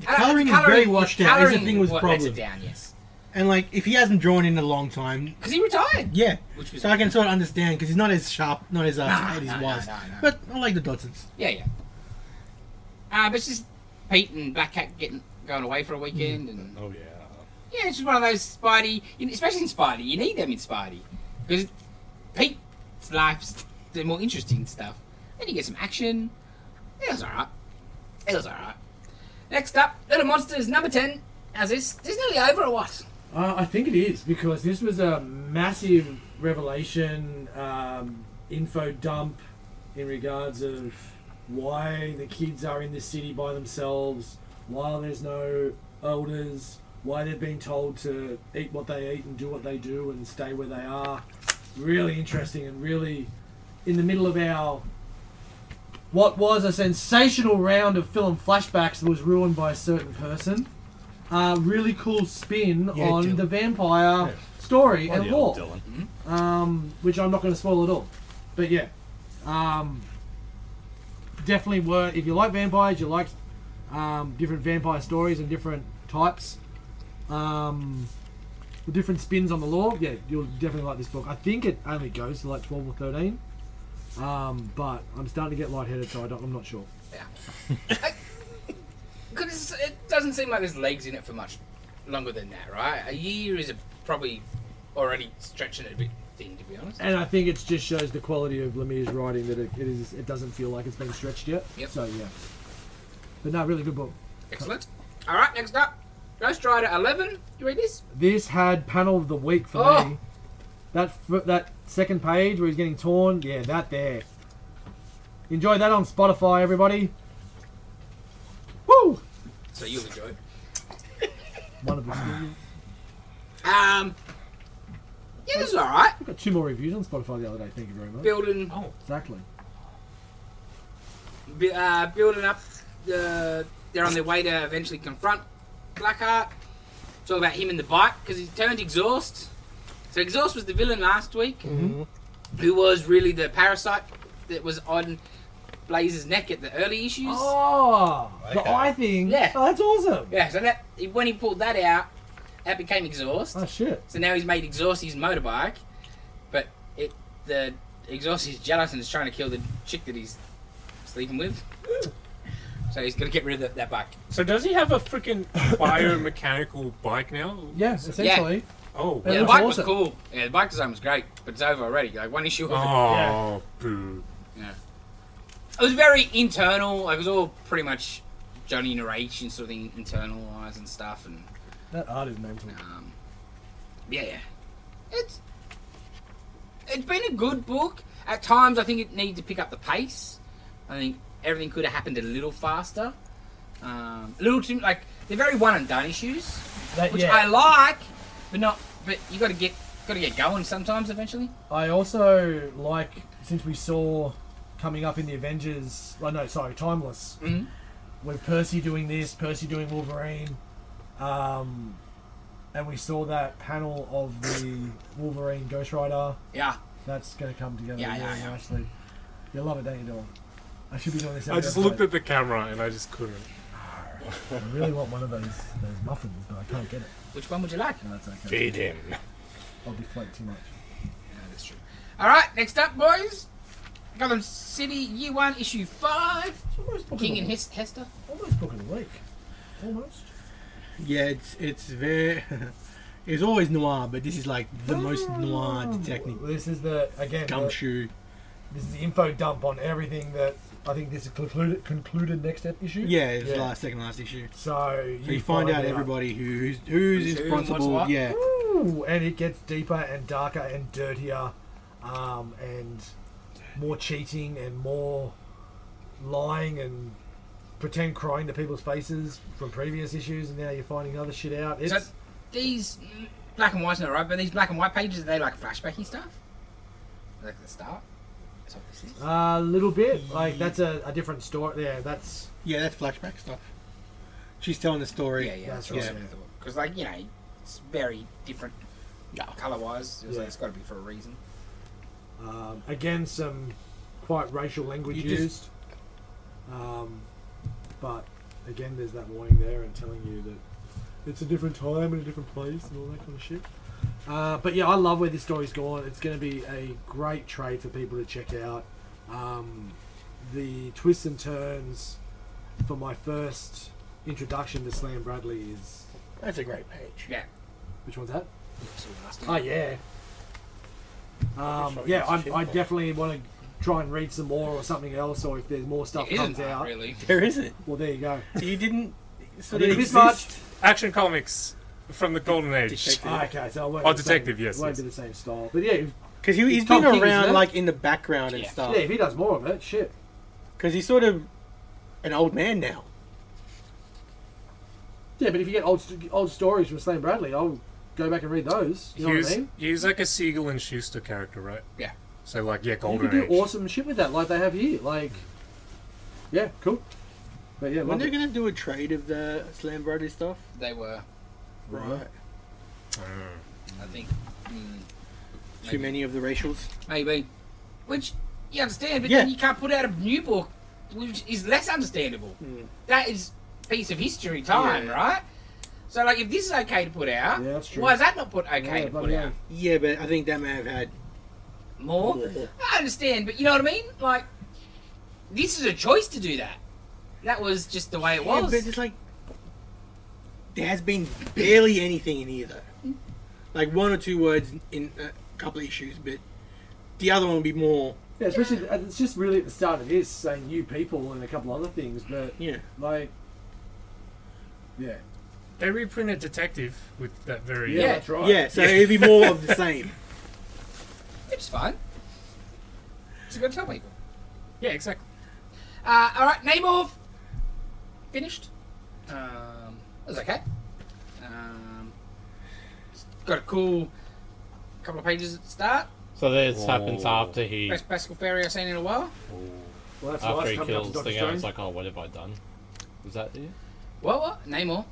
S6: The
S2: I don't-
S6: colouring is very washed out. That's the
S2: colouring
S6: thing was
S2: wa-
S6: the
S2: lets it
S6: problem.
S2: down, yes.
S6: And like, if he hasn't drawn in a long time,
S2: Because he retired.
S6: yeah.
S2: Which was
S6: So I can sort of understand because he's not as sharp, not as uh,
S2: Nah,
S6: tight
S2: nah,
S6: as
S2: nah,
S6: was.
S2: nah, nah.
S6: But I like the Dodsons.
S2: Yeah, yeah. Uh, but it's just Pete and Black Cat getting going away for a weekend, and
S5: Oh yeah.
S2: yeah, it's just one of those Spidey, you know, especially in Spidey, you need them in Spidey because Pete's life's the more interesting stuff. Then you get some action. It was alright. It was alright. Next up, Little Monsters number ten. How's this? Is this nearly over or what?
S4: uh, I think it is because this was a massive revelation, um, info dump in regards of why the kids are in this city by themselves, why there's no elders, why they're being told to eat what they eat and do what they do and stay where they are. Really interesting and really in the middle of our what was a sensational round of film flashbacks was ruined by a certain person. Uh, really cool spin
S6: Yeah,
S4: on
S6: Dylan.
S4: the vampire story and
S5: Bloody hell,
S4: lore
S5: Dylan.
S2: Hmm?
S4: um, which I'm not going to spoil at all. But yeah, um, definitely were. If you like vampires, you like um, different vampire stories and different types, um, with different spins on the lore. Yeah, you'll definitely like this book. I think it only goes to like 12 or 13. Um, but I'm starting to get lightheaded, so I don't, I'm not sure.
S2: Because it doesn't seem like there's legs in it for much longer than that, right? A year is a, probably already stretching it a bit thin, to be honest.
S4: And I think it just shows the quality of Lemire's writing that it, it is. It doesn't feel like it's been stretched yet.
S2: Yep.
S4: So yeah, but no, really good book.
S2: Excellent. All right, next up, Ghost Rider 11. You read this?
S4: This had panel of the week for
S2: Oh.
S4: me. That fir- that second page where he's getting torn, yeah, that there. Enjoy that on Spotify, everybody. Woo!
S2: So you'll enjoy it.
S4: One of the I've
S2: Um, yeah, this is all right.
S4: got two more reviews on Spotify the other day. Thank you very much.
S2: Building,
S4: Exactly.
S2: bu- uh, building up. The, they're on their way to eventually confront Blackheart. Talk about him and the bike because he turned exhaust. So exhaust was the villain last week, who was really the parasite that was on Blaze's neck at the early issues.
S4: Oh, the
S5: Okay.
S4: eye thing.
S2: Yeah.
S4: Oh, that's awesome.
S2: Yeah, so that when he pulled that out, that became exhaust.
S4: Oh shit.
S2: So now he's made exhaust his motorbike, but it the exhaust is jealous and is trying to kill the chick that he's sleeping with. So he's gonna get rid of that, that bike.
S1: So does he have a freaking biomechanical bike now?
S4: Yeah, essentially.
S1: Oh.
S4: Yeah,
S2: Yeah, the
S4: looks
S2: bike
S4: awesome.
S2: was cool. Yeah, the bike design was great, but it's over already. Like one issue of it.
S1: Oh, boo.
S2: It was very internal. Like it was all pretty much Johnny narration sort of thing, internalized and stuff. And
S4: That art is mental.
S2: Um, yeah, yeah. It's it's been a good book. At times, I think it needed to pick up the pace. I think everything could have happened a little faster. Um, a little too like they're very one and done issues,
S4: That,
S2: which
S4: Uh, yeah.
S2: I like, but not. But you got to get got to get going sometimes eventually.
S4: I also like since we saw coming up in the Avengers. Oh no, sorry, Timeless.
S2: Mhm.
S4: With Percy doing this, Percy doing Wolverine, um, and we saw that panel of the Wolverine Ghost Rider.
S2: Yeah.
S4: That's going to come together
S2: Yeah, yeah,
S4: really
S2: yeah.
S4: nicely. You love it, don't you, Dylan? I should be doing this.
S1: I
S4: every
S1: just
S4: episode.
S1: looked at the camera and I just couldn't.
S4: I really want one of those those muffins, but I can't get it.
S2: Which one would you like?
S4: No, that's okay.
S5: Beat him.
S4: I'll deflate too much.
S2: Yeah, that's true. All right, next up, boys. Gotham City Year One Issue Five.
S4: It's almost book
S2: King
S4: of
S2: and
S4: the,
S2: Hes- Hester.
S4: almost book of the week. Almost.
S6: Yeah, it's it's very. *laughs* it's always noir, but this is like the most noir
S4: Mm.
S6: detective
S4: Oh. This is the again. the-
S6: gumshoe.
S4: This is the info dump on everything that I think this is concluded concluded next ep- issue.
S6: Yeah, it's the
S4: Yeah.
S6: last second last issue.
S4: So
S6: So you, find, out
S4: it
S6: everybody who's
S2: Who's
S6: who's,
S2: who and what's
S6: responsible.
S2: what.
S6: yeah,
S4: Ooh, and it gets deeper and darker and dirtier, um, and more cheating and more lying and pretend crying to people's faces from previous issues, and now you're finding other shit out. It's
S2: So these mm, black and white's not right, but these black and white pages are they like flashbacky stuff? Like the start? That's what this is.
S4: a little bit like that's a, a different story. Yeah, that's
S6: yeah, that's flashback stuff. She's telling the story.
S2: yeah, yeah,
S4: that's
S2: that's right.
S6: right.
S2: Because like you know, it's very different. Color wise, it was
S4: Yeah.
S2: like, it's got to be for a reason.
S4: Um, again, some quite racial language
S6: You just-
S4: used. Um, but again, there's that warning there and telling you that it's a different time and a different place and all that kind of shit. Uh, but yeah, I love where this story's gone. It's going to be a great trade for people to check out. Um, the twists and turns for my first introduction to Slam Bradley is.
S6: That's a great page.
S2: *laughs* Yeah.
S4: Which one's that?
S2: It's all nasty.
S4: Oh yeah. Um, yeah, I, I definitely want to try and read some more or something else, or if there's more stuff
S2: It isn't
S4: comes
S2: that,
S4: out.
S2: really.
S6: There isn't.
S4: Well, there you go.
S6: You didn't. So
S4: didn't
S6: exist.
S4: miss
S1: Action comics from the golden age.
S6: Detective.
S4: Ah, okay, so I won't.
S1: Oh,
S4: be the
S1: detective,
S4: same-
S1: yes,
S4: Won't be the same style, but yeah, if,
S6: Because he, he's
S4: It's Tom
S6: been
S4: King, isn't
S6: around
S4: it?
S6: like in the background and
S2: Yeah.
S6: stuff.
S4: yeah, if he does more of it, shit.
S6: Because he's sort of an old man now.
S4: Yeah, but if you get old st- old stories from Stan Bradley, I'll go back and read those. You know
S1: he
S4: what I
S1: was,
S4: mean?
S1: he was like a Siegel and Schuster character, right?
S2: Yeah.
S1: So like, yeah,
S4: You
S1: golden
S4: could do
S1: age.
S4: awesome shit with that, like they have here. Like Yeah, cool. But yeah,
S6: When
S4: love
S6: they're
S4: it.
S6: gonna do a trade of the Slam Brothers stuff,
S2: They were,
S6: right?
S2: I think, mm,
S6: Too many of the racials.
S2: maybe. Which you understand, but
S6: Yeah.
S2: then you can't put out a new book, which is less understandable. That is piece of history time,
S6: Hmm. Yeah.
S2: right? So like, if this is okay to put out,
S4: Yeah, that's true.
S2: why is that not put okay
S4: Yeah,
S2: to put
S4: bloody
S2: out?
S4: hell.
S6: Yeah, but I think that may have had
S2: More?
S6: Yeah.
S2: I understand, but you know what I mean? Like, this is a choice to do that. That was just the way it
S6: Yeah,
S2: was.
S6: but it's like there has been barely anything in here
S2: Hmm.
S6: though. Like one or two words in a couple of issues, but the other one will be more.
S4: Yeah, especially and it's just really at the start of this saying new people and a couple other things, but
S6: Yeah,
S4: like, yeah,
S1: They reprinted Detective with that very.
S4: yeah, that's right.
S6: yeah. So it'll be more
S2: *laughs*
S6: of the same.
S2: Which is fine. So go tell people.
S1: Yeah, exactly.
S2: Uh, all right, name of finished. Um, it was okay. Um, it's got a cool couple of pages at the start.
S5: So this happens
S3: Oh.
S5: after he
S2: Best Pascal Ferry I've seen in a while.
S4: Well, that's
S5: after
S4: nice
S5: he
S4: coming up to
S5: kills
S4: Doctor
S5: thing. I
S4: Strange.
S5: was like, oh, what have I done? Was that you?
S2: What? What? Name all?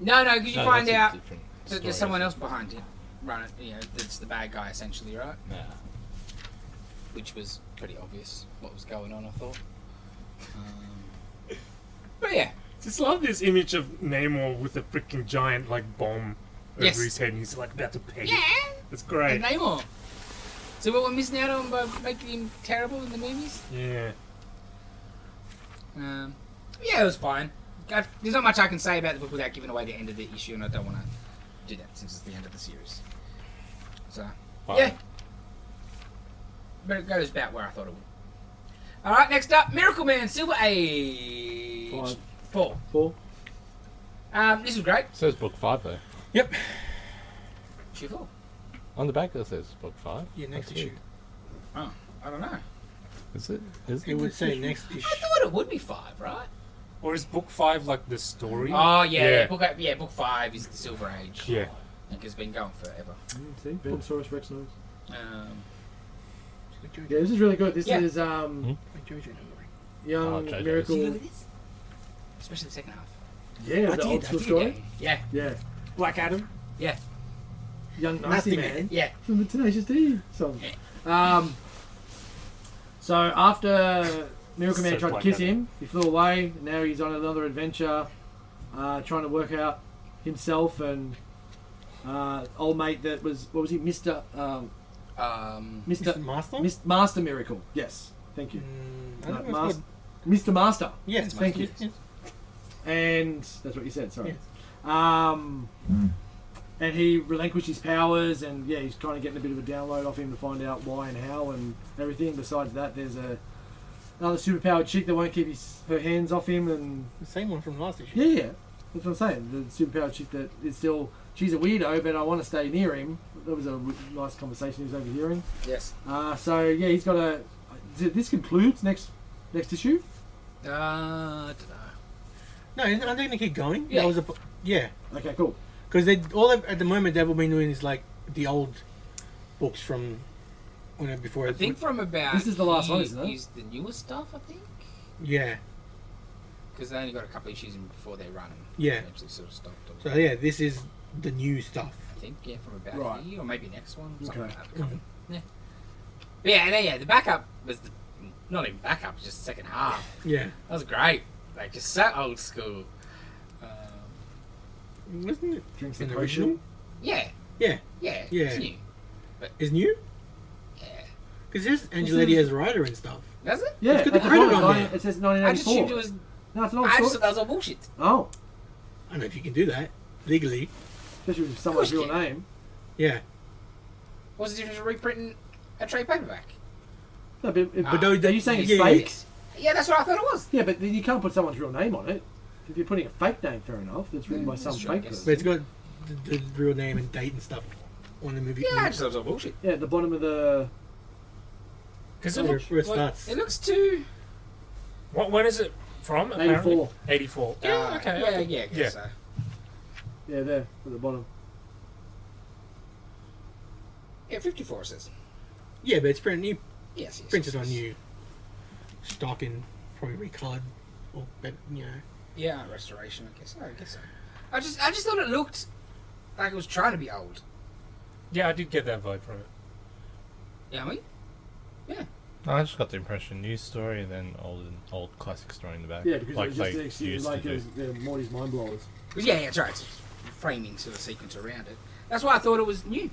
S2: No, no, because you
S5: No,
S2: find
S5: that's a
S2: out
S5: different
S2: that
S5: story,
S2: there's someone else
S5: isn't
S2: behind you. Right, you know, that's the bad guy essentially, right?
S5: it? Yeah.
S2: which was pretty obvious what was going on. I thought. Um, but yeah,
S1: Just love this image of Namor with a freaking giant like bomb over
S2: Yes.
S1: his head, and he's like about to peg
S2: yeah,
S1: it. It's great.
S2: and Namor. So what we're missing out on by making him terrible in the movies?
S1: yeah.
S2: Um, yeah, it was fine. I, there's not much I can say about the book without giving away the end of the issue, and I don't want to do that since it's the end of the series. So yeah, but it goes about where I thought it would. All right, next up, Miracle Man Silver Age
S4: Five.
S2: Four.
S6: Four.
S2: Um, this is great.
S5: says book five though.
S6: Yep.
S2: Issue four.
S5: On the back it says book five.
S6: Yeah, next
S5: That's
S6: issue.
S2: Oh, I don't know.
S5: weird. Is it? Is
S6: It would say next
S2: I
S6: issue.
S2: thought it would be five, right?
S1: Or is book five like the story?
S2: Oh yeah, yeah.
S1: Yeah.
S2: Book yeah, book five is the Silver Age.
S1: yeah.
S2: I think it's been going forever.
S4: Mm, See, Brontosaurus Rex noise.
S2: Um,
S4: Yeah, this is really good. This
S2: Yeah.
S4: is um,
S5: Oh,
S4: Young
S5: JoJo's.
S2: do you
S4: Miracle.
S2: remember this? Especially the second half.
S4: Yeah,
S1: Oh,
S4: the old
S6: did, eh? I
S4: school
S6: did,
S4: story.
S2: Yeah,
S4: Yeah,
S1: Black Adam.
S4: Young Nasty
S6: Nasty
S4: Man.
S6: man.
S2: yeah.
S4: from the Tenacious D song. Um, so after Miracle Man
S1: So
S4: tried to
S1: black
S4: kiss
S1: at it.
S4: him, he flew away. Now he's on another adventure, uh, trying to work out himself and uh, old mate that was what was he, Mister um,
S2: Um,
S4: Mister
S6: Mr. Master.
S4: Mis- Master Miracle? Yes, thank you,
S6: Mm, I
S4: No,
S6: don't know if it's
S4: Mas-
S6: called-
S4: Mister Master.
S6: Yes,
S2: It's
S4: Thank
S6: Master,
S4: you.
S6: yes, yes.
S4: and that's what you said. Sorry. Um, and he relinquished his powers, and yeah, he's kind of getting a bit of a download off him to find out why and how and everything. Besides that, there's a another superpowered chick that won't keep his, her hands off him, and
S6: The same one from last issue.
S4: yeah, yeah, that's what I'm saying. The superpowered chick that is still she's a weirdo, but I want to stay near him. That was a w- nice conversation he was overhearing.
S2: yes.
S4: Uh, so yeah, he's got a. This concludes next next issue.
S2: Uh, I don't know.
S6: No, I'm not gonna keep going.
S2: Yeah.
S6: That was a. p- Yeah,
S4: Okay, cool.
S6: because they all they've- at the moment they've all been doing is like the old books from you know before.
S2: I think from about
S4: This is the last one,
S2: here
S4: isn't it?
S2: Is the newest stuff I think
S6: Yeah,
S2: because they only got a couple of issues in before they run. and
S6: yeah.
S2: Eventually, sort of stopped. Or,
S6: So yeah, this is the new stuff.
S2: I think yeah, from about
S4: Right.
S2: here or maybe next one. Something
S4: Okay.
S2: like that. Yeah. But yeah, and then, yeah. The backup was the not even backup, just the second half.
S6: Yeah.
S2: That was great. Like just so old school. Um,
S6: Wasn't it
S4: Drinks
S6: in
S4: the
S6: the
S4: potion.
S6: original?
S2: yeah.
S6: Yeah.
S2: Yeah.
S6: Yeah.
S2: It's new.
S6: Is new?
S2: Yeah.
S6: Because there's Angeletti as writer and stuff.
S2: That's it.
S4: Yeah,
S6: It's got the
S4: at
S6: credit
S4: bottom,
S6: on
S4: nine-
S6: there.
S4: It says
S2: I just
S4: 1984.
S2: assumed it was.
S4: No, it's an old
S2: I just
S4: story.
S2: thought that was all bullshit.
S4: Oh,
S6: I don't know if you can do that legally.
S4: especially with someone's
S2: Of course
S4: real
S2: you can.
S4: name.
S6: Yeah.
S2: What's the difference between reprinting a trade paperback?
S4: No, but,
S2: Ah,
S4: but
S6: no,
S4: are
S6: that-
S4: you saying it's
S6: yeah, yeah,
S4: fake?
S2: Yeah, that's what I thought it was.
S4: Yeah, but you can't put someone's real name on it. If you're putting a fake name, fair enough. That's written
S2: Mm,
S4: by
S2: that's
S4: some
S2: true, I
S4: fake
S2: guess.
S4: person.
S6: But it's got the, the real name and date and stuff on the movie.
S2: Yeah, I just thought it was all bullshit.
S4: Yeah, at the bottom of the.
S1: Because it
S6: where,
S1: looks.
S6: where it
S1: like-
S6: starts.
S2: It looks too.
S1: What, when is it from? apparently?
S4: 84.
S1: 84. Yeah,
S2: uh,
S1: okay.
S2: Yeah,
S1: okay.
S2: yeah, I guess
S1: Yeah.
S2: so.
S4: Yeah, there, at the bottom.
S2: Yeah, 54 says.
S6: yeah, but it's print, you
S2: Yes, yes.
S6: printed
S2: yes,
S6: on
S2: yes.
S6: new stock in probably recolored, or but you know,
S2: Yeah, restoration. I guess. So, I guess so. I just, I just thought it looked like it was trying to be old.
S1: Yeah, I did get that vibe from it.
S2: Yeah, I mean,
S5: I just got the impression new story and then old and old classic story in the back.
S7: Yeah, because it was just
S5: they
S7: the excuse,
S5: used to
S7: like it
S5: do.
S7: was the Morty's mind blowers.
S2: 'Cause, yeah, yeah, that's right. It's framing sort of sequence around it. That's why I thought it was new.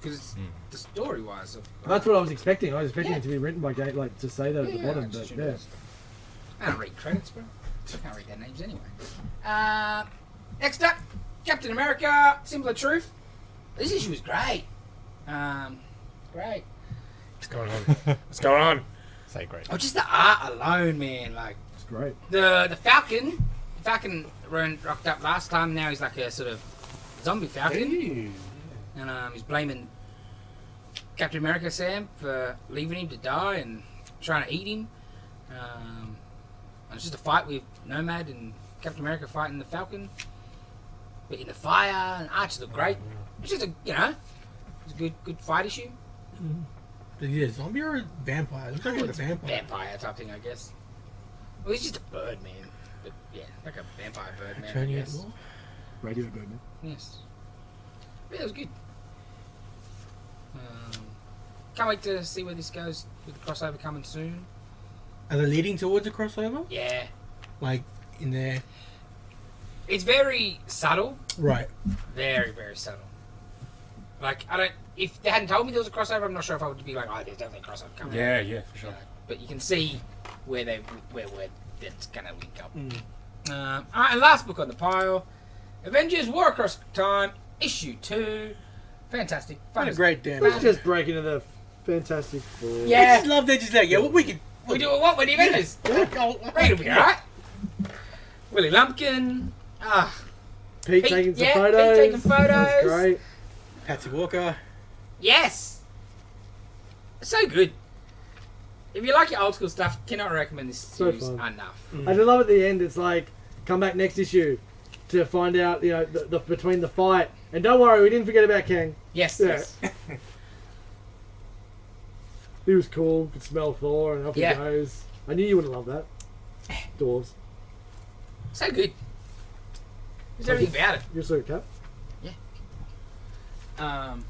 S2: Because it's
S5: Mm.
S2: the story wise. Of,
S4: That's what I was expecting. I was expecting
S2: Yeah.
S4: it to be written by Gate, like to say that
S2: Yeah,
S4: at the
S2: yeah,
S4: bottom,
S2: it's
S4: but
S2: just
S4: yeah.
S2: universe. I don't read credits, bro. I can't read their names anyway. Uh, next up, Captain America: Simple Truth. This issue is great. Um, great.
S1: What's going on? What's going on?
S5: Say great.
S2: Oh, just the art alone, man. Like.
S4: It's great.
S2: the the Falcon, Falcon ran, rocked up last time. Now he's like a sort of zombie Falcon, and um, he's blaming Captain America Sam for leaving him to die and trying to eat him. Um, and it's just a fight with Nomad and Captain America fighting the Falcon, but in the fire and Archer looked great. It's just a you know, it's a good good fight issue.
S6: is he a zombie or a vampire? It looks like he's a vampire.
S2: Vampire type thing, I guess. Well, he's just a bird man, but yeah, like a vampire bird man. I
S6: Turn you
S2: guess.
S6: into a-
S7: Radio Birdman.
S2: Yes. Yeah, it was good. Um, can't wait to see where this goes with the crossover coming soon.
S6: Are they leading towards a crossover?
S2: Yeah.
S6: Like in there,
S2: It's very subtle.
S6: right?
S2: Very, very subtle. Like, I don't. If they hadn't told me there was a crossover, I'm not sure if I would be like, oh, there's definitely a crossover coming.
S1: Yeah, yeah, for sure.
S2: Uh, but you can see where they where where that's gonna link up. Um, all right, and last book on the pile, Avengers: War Across Time, issue two. Fantastic, fun.
S6: What a
S2: as-
S6: great damn.
S4: Let's just break into the Fantastic Four.
S6: I
S2: Yeah.
S6: just love they just like yeah. We can.
S2: We do what with the Avengers? Right, it'll be alright. Willie Lumpkin. Ah,
S4: Pete,
S2: Pete-
S4: taking some
S2: yeah, Pete
S4: photos.
S2: taking
S4: That's
S2: photos.
S4: great.
S6: Patsy Walker.
S2: yes. So good. If you like your old school stuff, cannot recommend this
S4: So
S2: series
S4: fun.
S2: enough.
S4: I just love at the end. It's like, come back next issue to find out, you know, the, the, between the fight. And don't worry, we didn't forget about Kang.
S2: Yes,
S4: Yeah.
S2: yes.
S4: He was cool. Could smell Thor, and up
S2: Yeah.
S4: he goes. I knew you wouldn't love
S2: *laughs*
S4: that. Dwarves.
S2: So good. There's everything about it.
S4: You saw it, Cap.
S2: Um,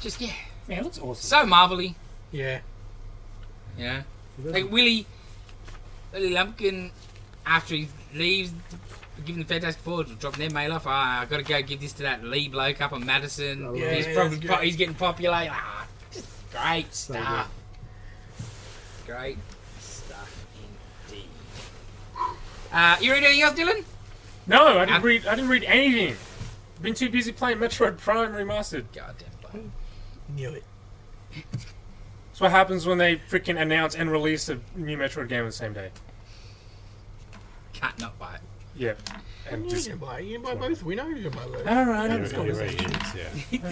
S2: just yeah,
S1: Man, it looks awesome.
S2: so marvelly.
S6: Yeah.
S2: You know, like Willie, Willie Lumpkin, after he leaves, giving the Fantastic Four, dropping their mail off. Ah, I got to go give this to that Lee bloke up on Madison.
S4: Yeah,
S2: he's
S6: yeah,
S2: probably
S6: that's good.
S2: Oh, he's getting popular. Ah, just great stuff. Great stuff indeed. Uh, you read anything else, Dylan?
S1: No, I didn't
S2: I'm-
S1: read. I didn't read anything. Been too busy playing Metroid Prime Remastered.
S2: God damn. bloke.
S6: Knew it.
S1: That's what happens when they freaking announce and release a new Metroid game on the same day.
S2: Can't not buy it.
S1: Yeah, and
S6: You
S1: just
S6: can buy. You can buy both. We know you can buy both.
S1: all right.
S5: It
S1: I'm just
S5: already
S1: going
S5: is,
S1: to
S5: yeah.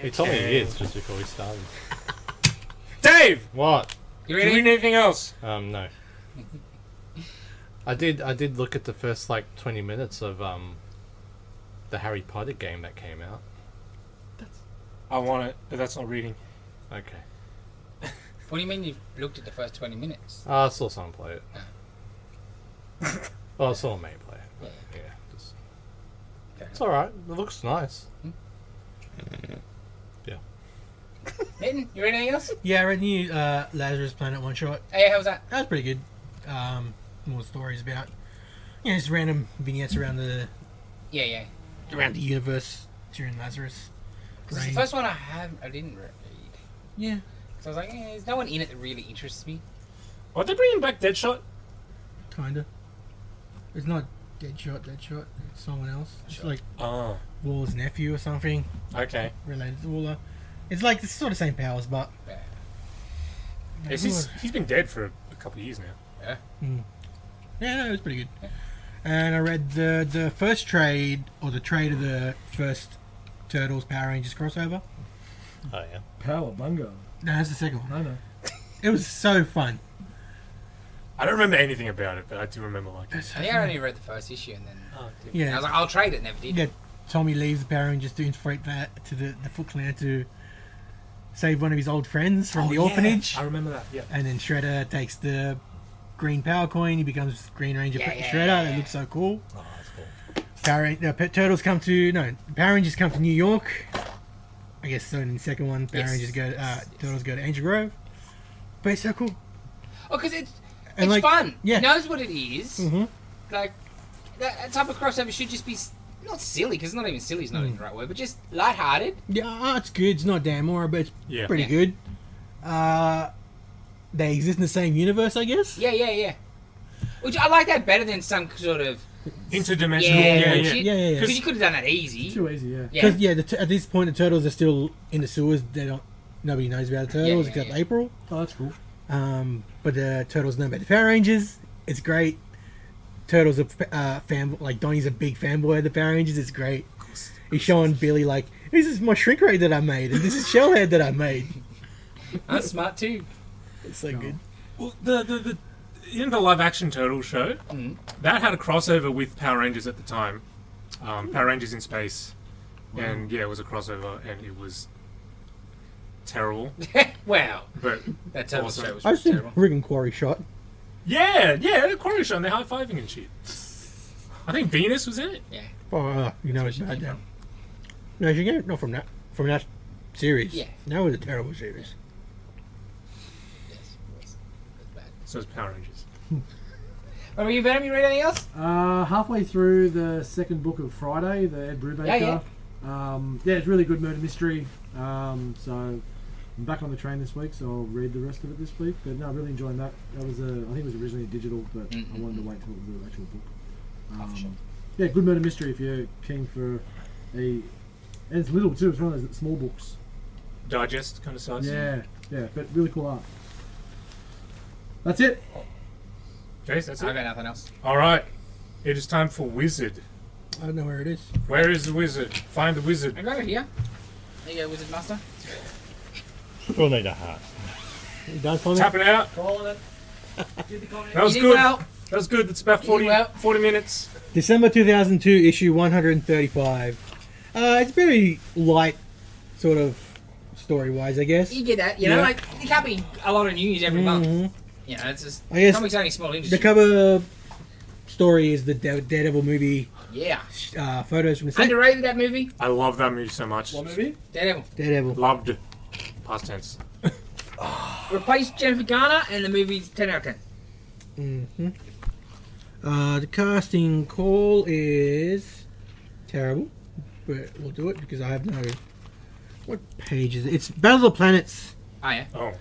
S5: *laughs* He told me it is just before we started.
S1: Dave.
S5: What?
S2: You
S1: Did
S2: read
S1: you read
S2: anything?
S1: anything else?
S5: Um, no. I did. I did look at the first like twenty minutes of um, the Harry Potter game that came out.
S1: I want it, but that's not reading.
S5: Okay.
S2: What do you mean you looked at the first twenty minutes?
S5: Uh, I saw someone play it. *laughs* well, I saw a mate play it. but, yeah. just-
S2: Fair
S5: It's all right. It looks nice.
S2: Mitten, you read anything else?
S6: Yeah, I read the new uh, Lazarus Planet one shot.
S2: Hey, how was that?
S6: That was pretty good. Um, more stories about you know just random vignettes around the
S2: Yeah, yeah.
S6: around the universe during Lazarus.
S2: This is the
S6: Reign.
S2: first one I have. I didn't re- read.
S6: Yeah.
S2: So I was like, eh, there's no one in it that really interests me.
S1: Are they bringing back Deadshot?
S6: Kinda. It's not Deadshot, Deadshot. It's someone else. It's
S2: Shot.
S6: like
S1: Oh,
S6: Wall's nephew or something
S1: okay.
S6: related to Waller. It's like it's sort of same powers, but
S2: Yeah.
S1: Is he's, he's been dead for a, a couple of years now.
S6: yeah, no, it was pretty good. And I read the the first trade or the trade of the first Turtles Power Rangers crossover.
S5: Oh yeah.
S4: Power bungo.
S6: No, that's the second one.
S4: I know.
S6: It was so fun.
S1: I don't remember anything about it, but I do remember like.
S6: That's so
S2: I think I only read the first issue and then
S1: Oh, dude.
S2: I
S6: Yeah.
S2: was like, I'll trade it. Never did.
S6: Yeah, Tommy leaves the Power Rangers to infiltrate that to the, the Foot Clan to save one of his old friends from the
S1: Oh, yeah,
S6: orphanage,
S1: I remember that. Yeah.
S6: and then Shredder takes the green power coin. He becomes Green Ranger
S2: Yeah,
S6: Pet
S2: yeah,
S6: Shredder.
S2: yeah,
S6: It
S2: yeah.
S6: looks so cool.
S5: Oh, that's cool.
S6: Power Ran- no, Pet Turtles come to no Power Rangers come to New York. I guess so. In the second one, Power
S2: Yes,
S6: Rangers go uh,
S2: yes,
S6: Turtles go to Angel Grove. But it's so cool.
S2: Oh, because it's
S6: And,
S2: it's
S6: like,
S2: fun.
S6: yeah.
S2: It knows what it is.
S6: Mhm.
S2: Like that, that type of crossover should just be s- not silly because not even silly is
S6: Mm.
S2: not even the right word, but just lighthearted.
S6: Yeah, uh, it's good. It's not Dan Mora, but it's
S1: Yeah.
S6: pretty
S2: Yeah.
S6: good. Uh, they exist in the same universe, I guess.
S2: Yeah, yeah, yeah. Which I like that better than some sort of
S1: Interdimensional.
S2: yeah,
S1: Yeah, yeah.
S2: shit.
S6: yeah, yeah, yeah.
S2: 'Cause you could have done that easy.
S4: Too easy, yeah.
S2: Yeah.
S6: Because yeah, the t- at this point the turtles are still in the sewers. They don't. Nobody knows about the
S2: Yeah,
S6: turtles
S2: yeah,
S6: except
S2: yeah.
S6: April.
S4: Oh, that's cool.
S6: Um, but the turtles know about the Power Rangers. It's great. Turtles are f- uh, fan like Donnie's a big fanboy of the Power Rangers. It's great. He's showing Billy like this is my shrink ray that I made and this is Shellhead that I made.
S2: That's smart too. *laughs*
S6: It's so good.
S1: Well, the the, the in the live action turtle show, that had a crossover with Power Rangers at the time. Um, Power Rangers in space, and yeah, it was a crossover, and it was terrible,
S2: Wow.
S1: but
S2: That turtle
S1: Awesome.
S2: show was
S6: I've seen
S2: terrible.
S6: Rick and Quarry shot.
S1: yeah, yeah, the quarry show, and they're high fiving and shit. I think Venus was in it.
S6: Oh, uh, you know it's
S2: where she
S6: bad
S2: came
S6: now. No, she came not from that from that series.
S2: Yeah.
S6: that was a terrible series.
S2: Yes, yes. That's bad.
S1: So it's Power Rangers.
S2: What about Oh, you, Venom? You read anything else?
S4: Uh, halfway through the second book of Friday, the Ed Brubaker.
S2: Yeah,
S4: Um, yeah, it's really good murder mystery. Um, so I'm back on the train this week, so I'll read the rest of it this week. But no, I'm really enjoying that. That was a, I think it was originally a digital, but
S2: Mm,
S4: I wanted to wait till it was an actual book.
S2: Oh,
S4: Um, Yeah, good murder mystery if you're keen for a. And it's little too. It's one of those small books.
S1: Digest kind of size.
S4: Yeah, yeah, but really cool art. That's it.
S1: Jace, that's
S2: I
S1: it.
S2: got nothing else.
S1: All right, it is time for Wizard.
S6: I don't know where it is.
S1: Where is the wizard? Find the
S2: I
S1: wizard.
S2: got it here. There you go, Wizard Master.
S5: We'll need a heart.
S6: You done for me?
S1: Tap it out. That was
S2: You did
S1: good.
S2: well.
S1: That was good. That's about
S2: You
S1: 40,
S2: well.
S1: 40 minutes.
S6: December 2002, issue 135. Uh, it's very light, sort of story wise, I guess.
S2: You get that, you know,
S6: Yeah. Mm-hmm.
S2: like there can't be a lot of news every month. You know, it's just
S6: I guess-
S2: comics only small
S6: The
S2: industry.
S6: cover story is the Dare- Daredevil movie
S2: yeah,
S6: uh, photos from the set.
S2: underrated that movie.
S1: I love that movie so much.
S4: movie?
S2: Daredevil
S6: Daredevil.
S1: Loved. Past tense.
S2: replaced Jennifer Garner, and the movie's ten out of ten.
S6: Mm-hmm. Uh, the casting call is terrible, but we'll do it because I have no. What page is it? It's Battle of the Planets,
S2: Oh yeah,
S1: Oh,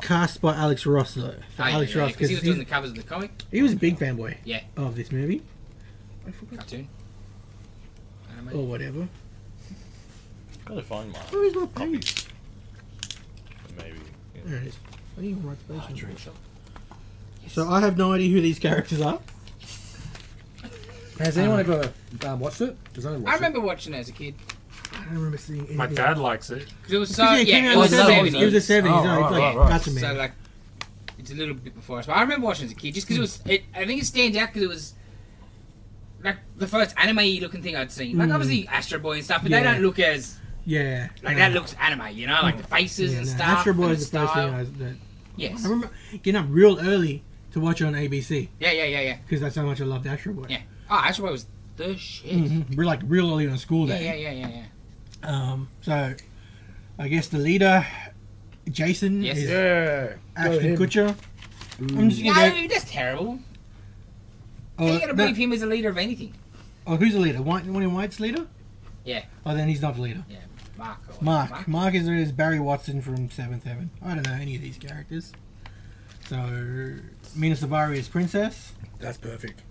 S6: cast by Alex Ross, though. So
S2: oh, yeah,
S6: Alex
S2: yeah,
S6: Ross,
S2: because he was
S6: because
S2: doing the covers of the comic
S6: he was a big fanboy
S2: Yeah.
S6: of this movie,
S2: cartoon. Anime.
S6: or whatever.
S5: Gotta find mine.
S6: Where is my page?
S5: Maybe.
S6: There it is. I didn't even write the page number.
S5: Drink something.
S6: So I have no idea who these characters are.
S4: Has anyone ever um, watched it? Does anyone watch
S2: I remember watching it as a kid
S6: I don't remember seeing anything.
S1: my dad likes it.
S2: because it was so
S6: Because,
S2: yeah,
S6: yeah, it came out
S2: it
S6: in
S2: was
S6: the
S2: so
S6: 70s. It was the 70s.
S1: Oh,
S6: no, it's
S1: right,
S6: like
S1: right, right.
S6: Cartoon Man.
S2: So like, it's a little bit before us, but I remember watching it as a kid just because it was. It, I think it stands out because it was like the first anime looking thing I'd seen. Like obviously Astro Boy and stuff, but they
S6: Hmm. Yeah.
S2: don't look as
S6: yeah.
S2: like
S6: no.
S2: that looks anime, you know, like the faces
S6: Yeah,
S2: and
S6: no,
S2: stuff.
S6: Astro Boy
S2: and
S6: is the first
S2: style.
S6: thing I, was- that, I
S2: Yes.
S6: remember getting up real early to watch it on ABC
S2: Yeah, yeah, yeah, yeah.
S6: because that's how much I loved Astro Boy.
S2: Yeah. Oh, Astro Boy was the shit.
S6: Mhm. We're like real early on school
S2: Yeah,
S6: day.
S2: yeah, yeah, yeah, yeah.
S6: Um, so I guess the leader, Jason,
S2: Yes.
S6: is
S3: Yeah.
S6: Ashton
S3: him.
S6: Kutcher. I'm just
S2: No,
S6: gonna go.
S2: that's terrible. How
S6: Oh,
S2: you gonna
S6: no.
S2: believe him as a leader of anything?
S6: oh, who's the leader? White, one in White's leader?
S2: Yeah.
S6: Oh, then he's not the leader.
S2: Mark. or whatever.
S6: Mark. Mark is, is Barry Watson from Seventh Heaven. I don't know any of these characters. So, Mina Savari is Princess.
S7: That's perfect.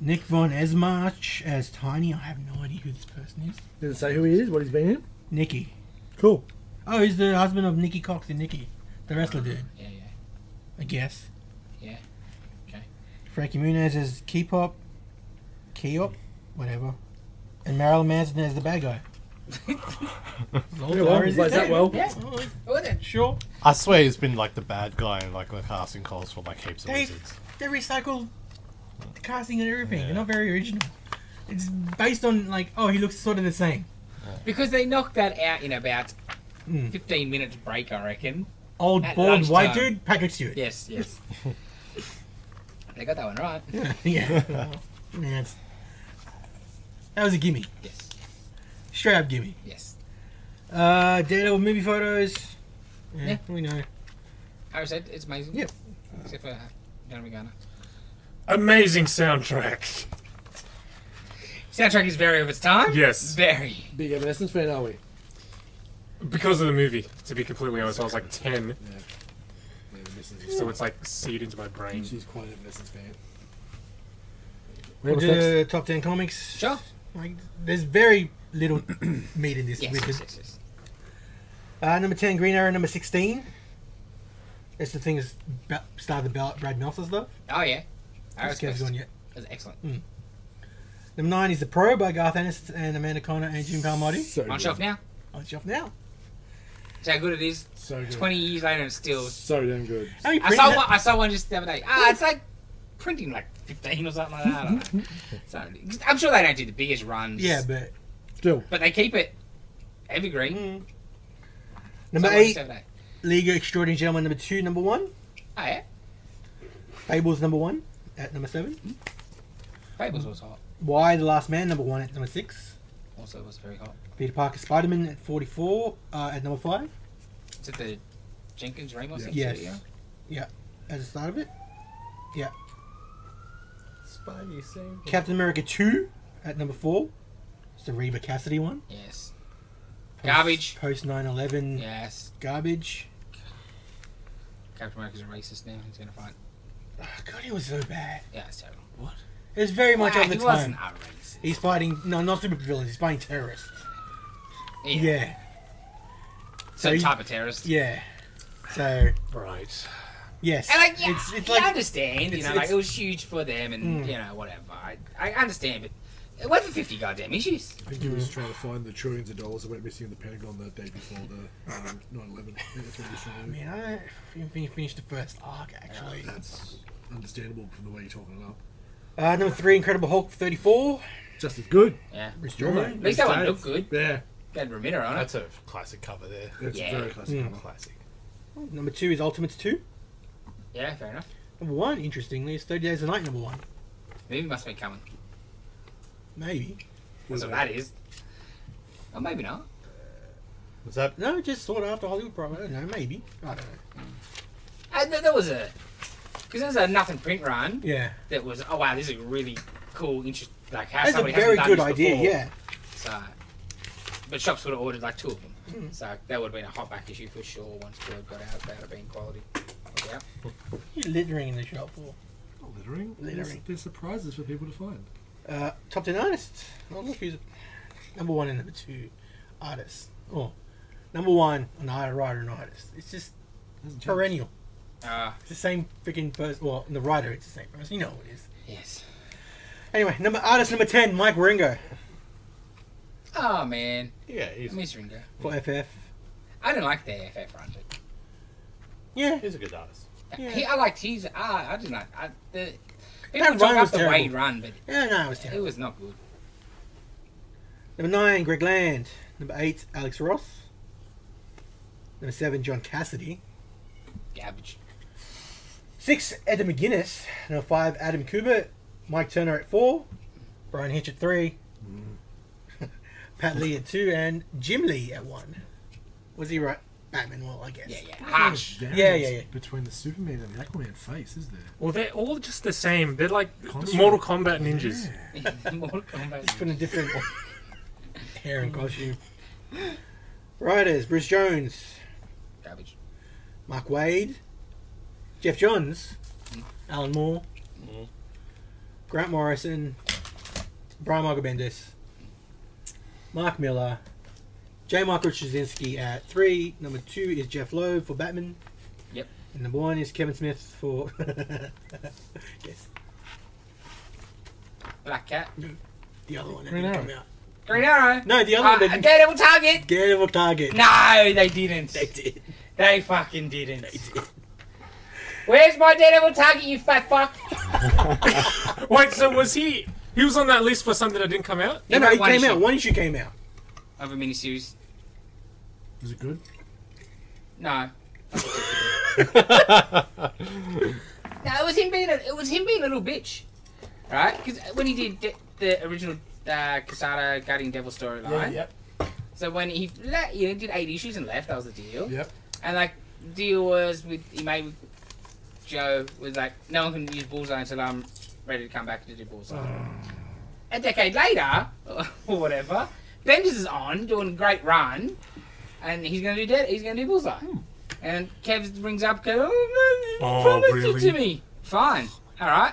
S6: Nick Von Esmarch as Tiny. I have no idea who this person is.
S7: Did it say who he is? What he's been in?
S6: Nikki.
S7: Cool.
S6: Oh, he's the husband of Nikki Cox and Nikki, the wrestler dude,
S2: Yeah, yeah.
S6: I guess.
S2: Yeah. Okay.
S6: Frankie Muniz as K-pop, K-op, whatever. And Marilyn Manson as the bad guy.
S7: Yeah, well, he plays that well.
S2: Yeah. Oh, then.
S6: Sure.
S5: I swear he's been like the bad guy in like the casting calls for like heaps of
S6: Dave.
S5: wizards.
S6: They recycled the casting and everything. They're not very original. It's based on like, oh, he looks sort of the same.
S2: Because they knocked that out in about
S6: Hmm.
S2: 15 minutes break, I reckon.
S6: Old
S2: At
S6: bald white
S2: lunchtime.
S6: dude, Patrick Stewart.
S2: Yes, yes. they got that one right.
S6: *laughs* yeah. Man, it's- that was a gimme.
S2: Yes,
S6: Straight up gimme.
S2: yes.
S6: Uh, Daredevil movie photos. Yeah,
S2: Yeah.
S6: we know.
S2: I said it's amazing.
S6: Yep.
S2: Except for uh, Jeremy Garner.
S1: Amazing soundtrack.
S2: Soundtrack is very of its time.
S1: Yes.
S2: Very.
S7: Big Evanescence fan, are we?
S1: Because of the movie, to be completely honest, I was like 10,
S7: Yeah, Evanescence is-
S1: so it's like seared into my brain.
S7: She's quite an Evanescence fan.
S6: We'll
S7: What's
S6: do the top ten comics.
S2: Sure.
S6: Like, there's very little *clears throat* meat in this.
S2: Yes,
S6: with
S2: yes,
S6: it.
S2: yes, yes.
S6: Uh, number ten, Green Arrow. Number sixteen. That's the thing that's ba- started the Bal- Brad Meltzer stuff.
S2: Oh, yeah. I
S6: Just kept
S2: was
S6: going, yeah.
S2: excellent.
S6: Number nine is The Pro by Garth Ennis and Amanda Connor and Jim Palmody.
S7: So
S2: On
S7: good.
S2: shelf now.
S6: On shelf now.
S2: See how good it is.
S7: So good.
S2: 20 years later and still.
S7: So damn good.
S6: How many
S2: I
S6: print-
S2: saw one. I saw one just the other day. Ah, it's like printing like 15 or something like that. I don't know. so, I'm sure they don't do the biggest runs.
S6: Yeah, but Mm.
S7: Still.
S2: But they keep it evergreen.
S6: number
S2: So I watched
S6: eight,
S2: the other day.
S6: League of Extraordinary Gentlemen. Number two, number one,
S2: Oh, yeah.
S6: Fables. Number one at number seven.
S2: Fables was hot.
S6: Why the Last Man? Number one at number six.
S2: Also was very hot.
S6: Peter Parker Spider Man at 44 uh, at number 5
S2: Is it the Jenkins Ramos? episode,
S6: Yes.
S2: Yeah.
S6: as the start of it.
S5: Spidey same.
S6: Captain America 2 at number 4. It's the Reba Cassidy one.
S2: Yes.
S6: Post-
S2: Garbage.
S6: Post 9 11
S2: Yes.
S6: garbage.
S2: Captain America's a racist now. He's gonna fight.
S6: Oh, God, it was so bad.
S2: Yeah, it's terrible.
S6: It was very much
S2: Ah,
S6: of the
S2: he
S6: time.
S2: wasn't a racist.
S6: He's fighting, no, not super villains, he's fighting terrorists.
S2: Yeah.
S6: Yeah. yeah,
S2: So,
S6: So he-
S2: type of terrorist.
S6: So,
S1: Right.
S6: yes.
S2: And like, yeah,
S6: it's, it's
S2: I
S6: like,
S2: understand. You
S6: it's-
S2: know, like
S6: it's-
S2: it was huge for them, and
S6: Mm.
S2: you know, whatever. I, I understand, but it wasn't fifty goddamn issues.
S7: I think he was trying to find the trillions of dollars that went missing in the Pentagon the day before the um, 9/11. I think that's what he was trying to do.
S6: man, I don't even finish the first arc, actually.
S7: That's understandable from the way you're talking it up.
S6: Uh, number 3, Incredible Hulk 34.
S7: Just as good.
S2: Yeah.
S6: Bruce
S7: Jordan.
S2: At least that one looked good.
S7: Yeah,
S2: They had Remitter on it.
S5: That's a classic cover there.
S7: that's
S2: Yeah.
S7: very
S5: Hmm.
S7: classic.
S6: Mm.
S7: cover.
S5: Classic.
S6: Jordan. Oh, Number 2 is Ultimates 2.
S2: Yeah, fair enough.
S6: Number one, interestingly, is 30 Days a Night number one.
S2: Movie must be coming.
S6: Maybe.
S2: That's what that is. Or maybe not.
S5: Was that
S6: No, just sort of after Hollywood probably. I don't know, maybe. I don't know.
S2: I, th- there was a because there was a nothing print run
S6: Yeah.
S2: that was oh wow this is a really cool interest like how
S6: That's a
S2: somebody hasn't
S6: very
S2: done
S6: good
S2: this
S6: idea,
S2: before.
S6: yeah.
S2: So, but shops would have ordered like two of them,
S6: Hmm.
S2: so that would have been a hot back issue for sure. Once two got out, that would have been quality. Yeah.
S6: What are you littering in the shop for?
S7: Oh, Littering. There's,
S6: Littering.
S7: there's surprises for people to find.
S6: Uh, top 10 artists. Oh, look who's number one and number two artists. Oh, number one, an art writer and artist. It's just
S7: Hasn't changed.
S6: perennial.
S2: Uh,
S6: It's the same freaking person. Well, the writer, it's the same person. You know who it is.
S2: yes.
S6: Anyway, number artist number 10, Mike Ringo
S2: Oh man,
S5: yeah? He's,
S2: I miss Ringo.
S6: for FF.
S2: I don't like the FF run.
S6: Yeah.
S5: he's a good *laughs* artist.
S6: Yeah.
S2: He, I liked his. Ah, I didn't like. I, the, people
S6: run
S2: talk
S6: was
S2: up the
S6: terrible.
S2: Wade run, but
S6: Yeah, no, it was
S2: it
S6: terrible.
S2: was not good.
S6: Number nine, Greg Land. Number eight, Alex Ross. Number seven, John Cassidy.
S2: Garbage.
S6: Six, Adam McGuinness. Number five, Adam Kubert. Mike Turner at four. Brian Hitch at three. *laughs* Pat Lee at two. And Jim Lee at one. Was he right? Batman, well, I guess.
S2: Yeah, yeah. Harsh.
S7: There's
S6: Yeah, yeah,
S7: variance
S6: yeah.
S7: Between the Superman and the Aquaman face, is there?
S1: Well, they're all just the same. They're like
S7: Construct.
S1: Mortal Kombat ninjas.
S2: *laughs* Mortal Kombat.
S6: Put in a different *laughs* hair and costume. Writers, Bruce Jones.
S2: Garbage.
S6: Mark Wade, Jeff Johns, Alan Moore, Grant Morrison, Brian Michael Bendis, Mark Miller, J. Michael Straczynski at three. Number two is Jeff Loeb for Batman.
S2: Yep.
S6: And number one is Kevin Smith for. *laughs* yes,
S2: Black Cat.
S6: the other one that
S7: Green
S6: didn't
S7: Arrow.
S6: come out.
S2: Green Arrow.
S6: No, the other
S2: Ah,
S6: one that didn't.
S2: Daredevil Target.
S6: Daredevil Target. *laughs*
S2: No, they didn't.
S6: They did.
S2: They fucking didn't.
S6: did.
S2: Where's my Daredevil target, you fat fuck?
S1: Wait, so was he? He was on that list for something that didn't come out.
S6: No, no,
S2: wrote
S6: it
S2: one
S6: came
S2: issue.
S6: out. One issue came out.
S2: Of a miniseries.
S7: Is it good?
S2: No. no, it was him being a, it was him being a little bitch, right? Because when he did the, the original uh, Casada Guardian Devil storyline,
S7: Yeah, yep,
S2: so when he le- you know, did eight issues and left, that was the deal.
S7: yep.
S2: And like deal was with he made with Joe was like no one can use Bullseye until I'm ready to come back to do Bullseye. A decade later, *laughs* or whatever, Bendis is on doing a great run, and he's gonna do dead. He's gonna do Bullseye. And Kev brings up, goes, oh, man, you
S1: Oh,
S2: promised
S1: really?
S2: it to me. Fine, all right.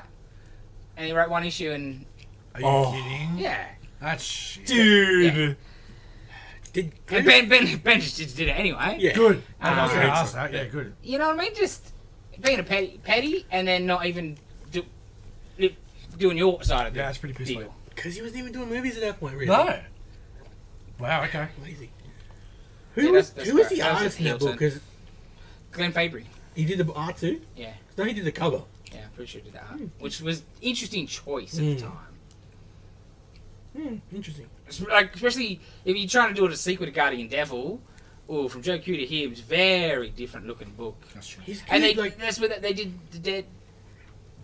S2: And he wrote one issue, and
S7: Are you
S1: Oh.
S7: kidding?
S2: yeah.
S7: That's shit.
S1: Dude.
S7: Did,
S2: And Ben, ben, ben just did it anyway.
S6: Yeah.
S7: Good.
S2: Um,
S7: I was gonna
S1: Okay.
S7: ask that. Yeah, good.
S2: You know what I mean? Just being a petty, petty, and then not even do, li- doing your side of the
S7: Yeah, that's pretty piss
S2: deal.
S7: late.
S6: Because he wasn't even doing movies at that point, really.
S7: No. Wow. Okay.
S6: Lazy.
S2: Yeah,
S6: Who was
S2: that's-
S6: who
S2: that's
S6: was the
S2: fair. That was
S6: artist in that
S2: Hilton.
S6: book? Because
S2: Glenn Fabry.
S6: he did the art too.
S2: Yeah,
S6: No, he did the cover.
S2: yeah, I'm pretty sure he did that,
S7: Hmm.
S2: which was interesting choice at the
S6: Mm.
S2: time.
S6: Hmm, interesting.
S2: It's Like especially if you're trying to do it a sequel to Guardian Devil, or from Joe Q to Hibbs, very different looking book.
S7: That's true.
S6: He's
S2: And they
S6: good, like
S2: that's where they did the dead.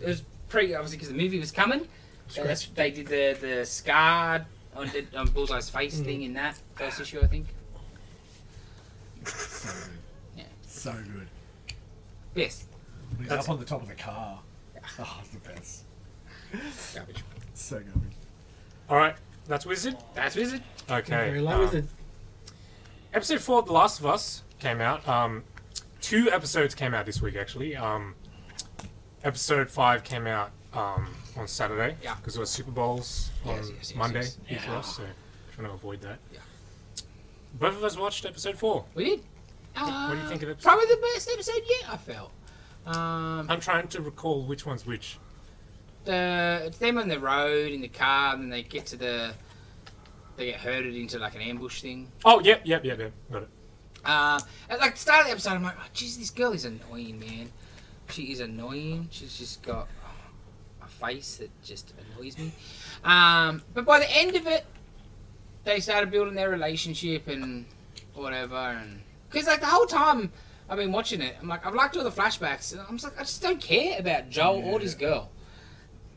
S2: It was pretty obviously because the movie was coming. So that's, they did the the scar on, the, on Bullseye's face
S7: Hmm.
S2: thing in that first issue, I think.
S7: So good.
S2: Yes,
S7: He's
S1: That's-
S7: up on the top of the car. Oh, it's the best.
S2: garbage.
S7: So good.
S1: All right. That's Wizard.
S2: That's Wizard.
S1: Okay.
S6: very light.
S1: um,
S6: Was it
S1: episode four of The Last of Us came out. Um, two episodes came out this week, actually. Um, episode five came out um, on Saturday
S2: Yeah.
S1: because it was Super Bowls on
S2: Yes, yes, yes,
S1: Monday
S2: yes.
S1: here for us, so trying to avoid that.
S2: Yeah.
S1: Both of us watched episode four.
S2: We did.
S1: do you
S2: Uh,
S1: think of episode-
S2: Probably the best episode yet. I felt. Um,
S1: I'm trying to recall which one's which.
S2: the it's them on the road in the car, and then they get to the. They get herded into like an ambush thing.
S1: Oh, yep, yep, yep, yep. Got it.
S2: Uh, at like the start of the episode, I'm like, oh, jeez, this girl is annoying, man. She is annoying. She's just got a face that just annoys me. Um, but by the end of it, they started building their relationship and whatever. And because like the whole time I've been watching it, I'm like, I've liked all the flashbacks. And I'm just like, I just don't care about Joel or this girl.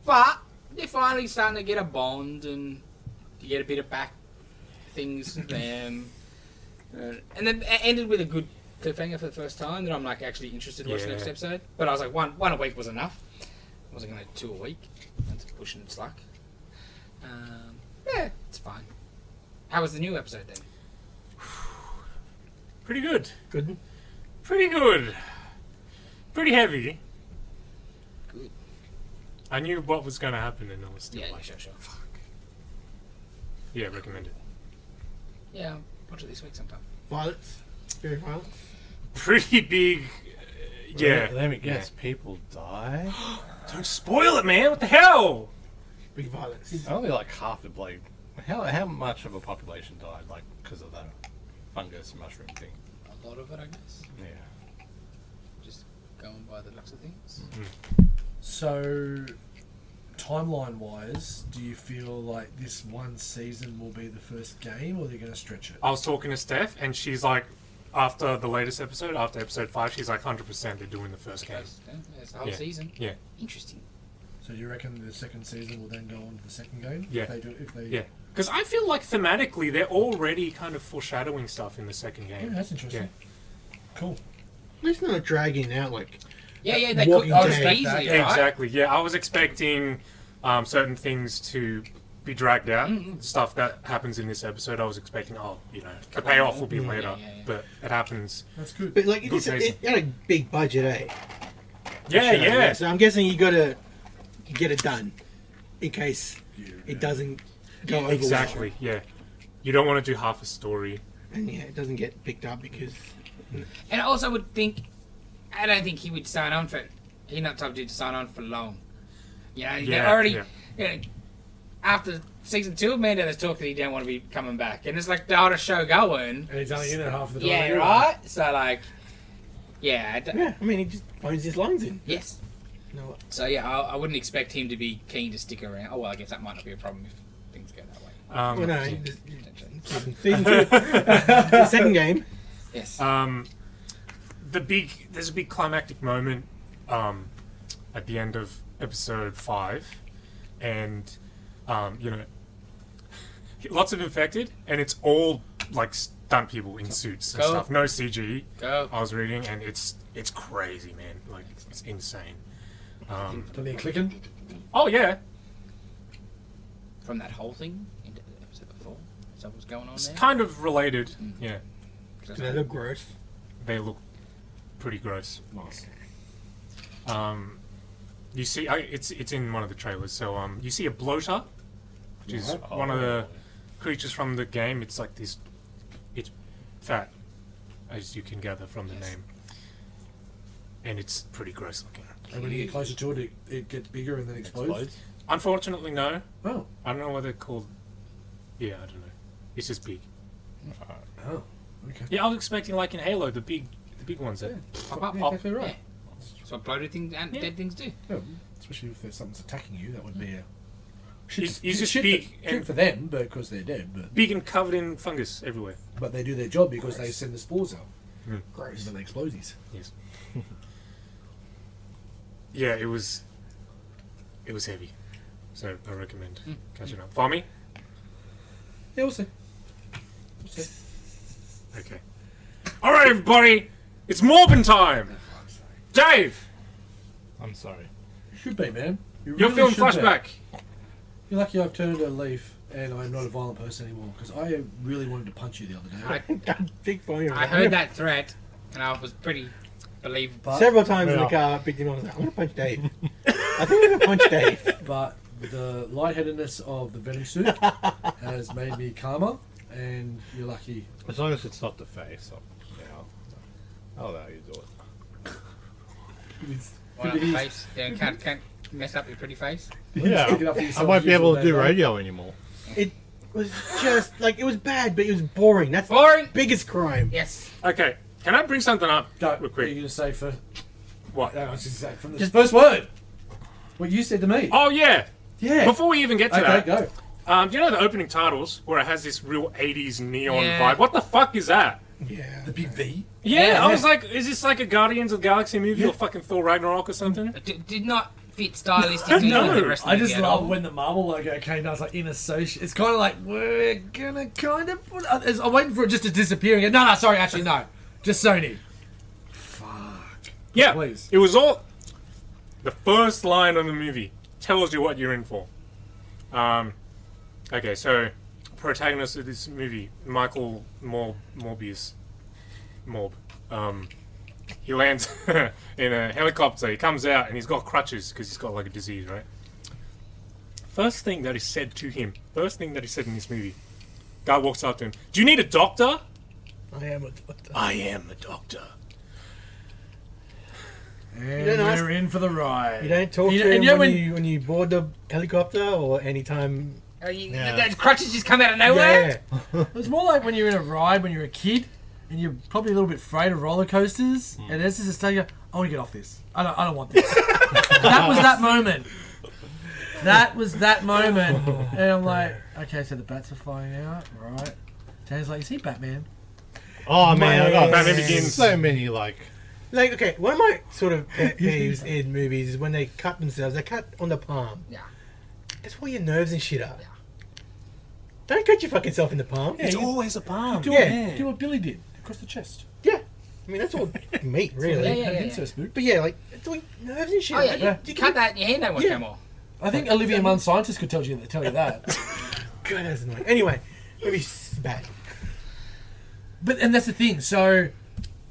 S2: But they're finally starting to get a bond and you get a bit of back things to them. Uh, and then it ended with a good cliffhanger for the first time that I'm like actually interested to watch the
S1: Yeah.
S2: next episode. But I was like, one one a week was enough. I wasn't going to do two a week. That's pushing its luck. Um, yeah, it's fine. How was the new episode then?
S1: Pretty good.
S6: good?
S1: Pretty good. Pretty heavy.
S2: Good.
S1: I knew what was going to happen and I was still
S2: Yeah, yeah,
S1: like,
S2: sure, sure.
S1: yeah, recommend it.
S2: Yeah, I'll watch it this week sometime.
S6: Violence. Very violent.
S1: Pretty big. uh, yeah.
S5: Let, let me guess. People die.
S1: Don't spoil it, man. What the hell?
S6: Big violence.
S5: Only like half the like how how much of a population died like because of that fungus mushroom thing.
S2: A lot of it, I guess.
S5: Yeah.
S2: Just going by the looks of things.
S7: So, timeline wise, do you feel like this one season will be the first game, or they're going to stretch it?
S1: I was talking to Steph, and she's like, after the latest episode, after episode five, she's like, 100% they're doing the first game.
S2: That's, that's the whole
S1: Yeah.
S2: season.
S1: Yeah.
S2: Interesting.
S7: So you reckon the second season will then go on to the second game?
S1: Yeah.
S7: If they do, if they,
S1: Yeah. Because I feel like thematically, they're already kind of foreshadowing stuff in the second
S7: Yeah,
S1: game.
S7: Oh, that's interesting. Cool.
S6: At least not dragging out like
S2: Yeah, yeah, they could
S6: Walking
S2: have
S7: Dead.
S2: easily, right?
S7: Yeah,
S1: Exactly. Yeah, I was expecting um, certain things to be dragged out.
S2: Mm-hmm.
S1: Stuff that happens in this episode, I was expecting, oh, you know, the payoff will be
S2: Mm.
S1: later,
S2: Yeah, yeah, yeah.
S1: but it happens.
S7: That's good.
S6: But like it,
S1: Good
S6: just,
S1: reason.
S6: it had a big budget, eh?
S1: Yeah, yeah.
S6: So I'm guessing you gotta get it done in case
S7: Yeah.
S6: it doesn't go over
S1: Exactly. Yeah. You don't want to do half a story.
S6: well. and yeah, it doesn't get picked up because
S2: And I also would think, I don't think he would sign on for. He's not type of dude to sign on for long. Yeah, they're
S1: Yeah,
S2: already.
S1: yeah.
S2: You know, after season two, man, there's talk that he don't want to be coming back, and it's like the other show going.
S7: And he's only in it half the time.
S2: Yeah,
S7: anyway.
S2: right. So like, yeah, I d-
S6: yeah, I mean he just phones his lines in.
S2: yes.
S6: No,
S2: So yeah, I, I wouldn't expect him to be keen to stick around. Oh well, I guess that might not be a problem if things go that way.
S1: Um, *laughs*
S6: well, no. *laughs* he just-
S2: Potentially.
S6: *laughs* Season two, the second game.
S2: Yes.
S1: Um, the big there's a big climactic moment um, at the end of episode five, and um, you know, *laughs* lots of infected, and it's all like stunt people in suits and
S2: Go.
S1: stuff. No CG.
S2: Go.
S1: I was reading, and it's it's crazy, man. Like it's insane. Um,
S4: Don't need clicking.
S1: oh yeah,
S2: From that whole thing into episode before. Is that what's going on
S1: it's
S2: there?
S1: kind of related. Yeah,
S6: Do they look gross?
S1: they look pretty gross.
S8: Nice.
S1: Um, you see, I, it's it's in one of the trailers. So um, you see a bloater, which is
S8: Right.
S1: one of
S4: Oh.
S1: the creatures from the game. It's like this, it's fat, as you can gather from the
S2: Yes.
S1: name, and it's pretty gross looking.
S4: And when you get closer to it, it, it gets bigger and then explodes.
S8: Explodes.
S1: Unfortunately, no.
S4: Oh,
S1: I don't know what they're called. Yeah, I don't know. It's just big.
S4: oh, okay.
S1: Yeah, I was expecting like in Halo, the big, the big ones that
S2: Pop up.
S6: Oh.
S4: Yeah, exactly right.
S2: That's what bloated things and
S1: Yeah.
S2: dead things do.
S4: Yeah, especially if there's something's attacking you, that would be a
S1: He's- he's just
S4: shit
S1: big
S4: for,
S1: and-
S4: shit for them because they're dead, but
S1: big and covered in fungus everywhere.
S4: but they do their job because they send the spores out.
S1: Mm.
S4: Gross. And then they explode these.
S6: *laughs*
S1: Yes. yeah, it was. It was heavy, so I recommend
S4: Hmm.
S1: catching up. Farmy.
S4: Yeah, we'll see.
S1: Okay. All right, everybody, it's Morbin time. Dave,
S5: I'm sorry.
S4: Should be, man. You
S1: your
S4: really
S1: film
S4: should be.
S1: flashback.
S4: You're lucky I've turned a leaf and I'm not a violent person anymore because I really wanted to punch you the other day.
S2: I,
S6: Big phone.
S2: I heard that threat and I was pretty believable.
S4: But,
S6: Several times in
S5: Yeah.
S6: the car, Big Jim was like, I'm gonna punch Dave.
S4: *laughs*
S6: I think I'm gonna punch Dave.
S4: but the lightheadedness of the venom suit has made me calmer, and you're lucky.
S5: As long as it's not the face, I'll, yeah, I'll, I'll allow you to do it.
S2: One on the face. Yeah, can't, can't mess up your pretty face.
S4: Yeah. Stick it up for yourself
S5: I won't be
S4: and use
S5: able
S4: all
S5: to do
S4: that,
S5: radio anymore.
S6: It was just like it was bad, but it was boring. That's the
S2: Boring.
S6: biggest crime.
S2: Yes.
S1: Okay, can I bring something up
S4: Go.
S1: real
S4: What are you
S1: quick?
S4: gonna say for uh,
S1: What?
S4: that was exact from the
S6: Just-
S4: first word? What you said to me?
S1: Oh yeah.
S4: yeah.
S1: Before we even get to
S4: okay,
S1: that,
S4: go.
S1: um, do you know the opening titles where it has this real '80s neon
S2: Yeah.
S1: vibe? What the fuck is that?
S6: Yeah.
S4: The big V.
S1: Yeah,
S2: Yeah,
S1: I was like, is this like a Guardians of the Galaxy movie or fucking Thor Ragnarok or something?
S2: It d- did not
S4: *laughs*
S2: fit stylistically
S1: No,
S2: with the rest of
S4: I
S2: the
S4: just
S2: movie at
S4: love
S2: all.
S4: when the Marvel logo came down. It's like in association. It's kind of like we're gonna kind of. Put, I- I'm waiting for it just to disappear again. No, no, sorry, actually no, just Sony.
S1: Yeah,
S4: Please.
S1: it was all. The first line of the movie tells you what you're in for. Um, okay, so protagonist of this movie, Michael Mor- Morbius, Morb. Um, he lands *laughs* in a helicopter. He comes out and he's got crutches because he's got like a disease, right? First thing that is said to him, first thing that is said in this movie, guy walks up to him. Do you need a doctor?
S6: I am a doctor.
S1: I am a doctor.
S4: And
S6: don't know,
S4: we're in for the ride.
S6: You don't talk
S4: You know-
S6: to
S4: and
S6: him
S4: you know
S6: when,
S4: when-
S6: you when you board the helicopter or anytime.
S2: Uh, you-
S5: Yeah.
S2: Those crutches just come out of nowhere.
S6: Yeah.
S4: It's more like when you're in a ride when you're a kid and you're probably a little bit afraid of roller coasters.
S2: Hmm.
S4: And this is a stage, I want to get off this. I don't, I don't want this. *laughs* that was that moment. That was that moment. And I'm like, okay, so the bats are flying out, right? Dan's like, is he Batman?
S5: Oh man, I got
S1: Batman Begins.
S5: so many like.
S6: Like okay, one of my sort of pet peeves in movies is when they cut themselves. They cut on the palm.
S2: Yeah.
S6: That's where your nerves and shit are. Don't cut your fucking self in the palm.
S1: It's always a bomb.
S4: Do,
S6: Yeah.
S4: what, do what Billy did across the chest.
S6: Yeah. I mean, that's all
S2: *laughs*
S6: meat,
S2: Yeah,
S6: really.
S2: yeah,
S4: Had
S2: yeah,
S4: an
S2: yeah.
S4: incest move.
S6: But yeah, like, it's like nerves and shit.
S2: Oh yeah, you,
S6: Like,
S2: you
S6: can-
S2: cut that and your hand don't want to
S6: Yeah.
S2: come off.
S4: I think Olivia Munn scientist could tell you tell you that. *laughs*
S6: God, that's annoying. Anyway, maybe it's bad.
S4: But and that's the thing. So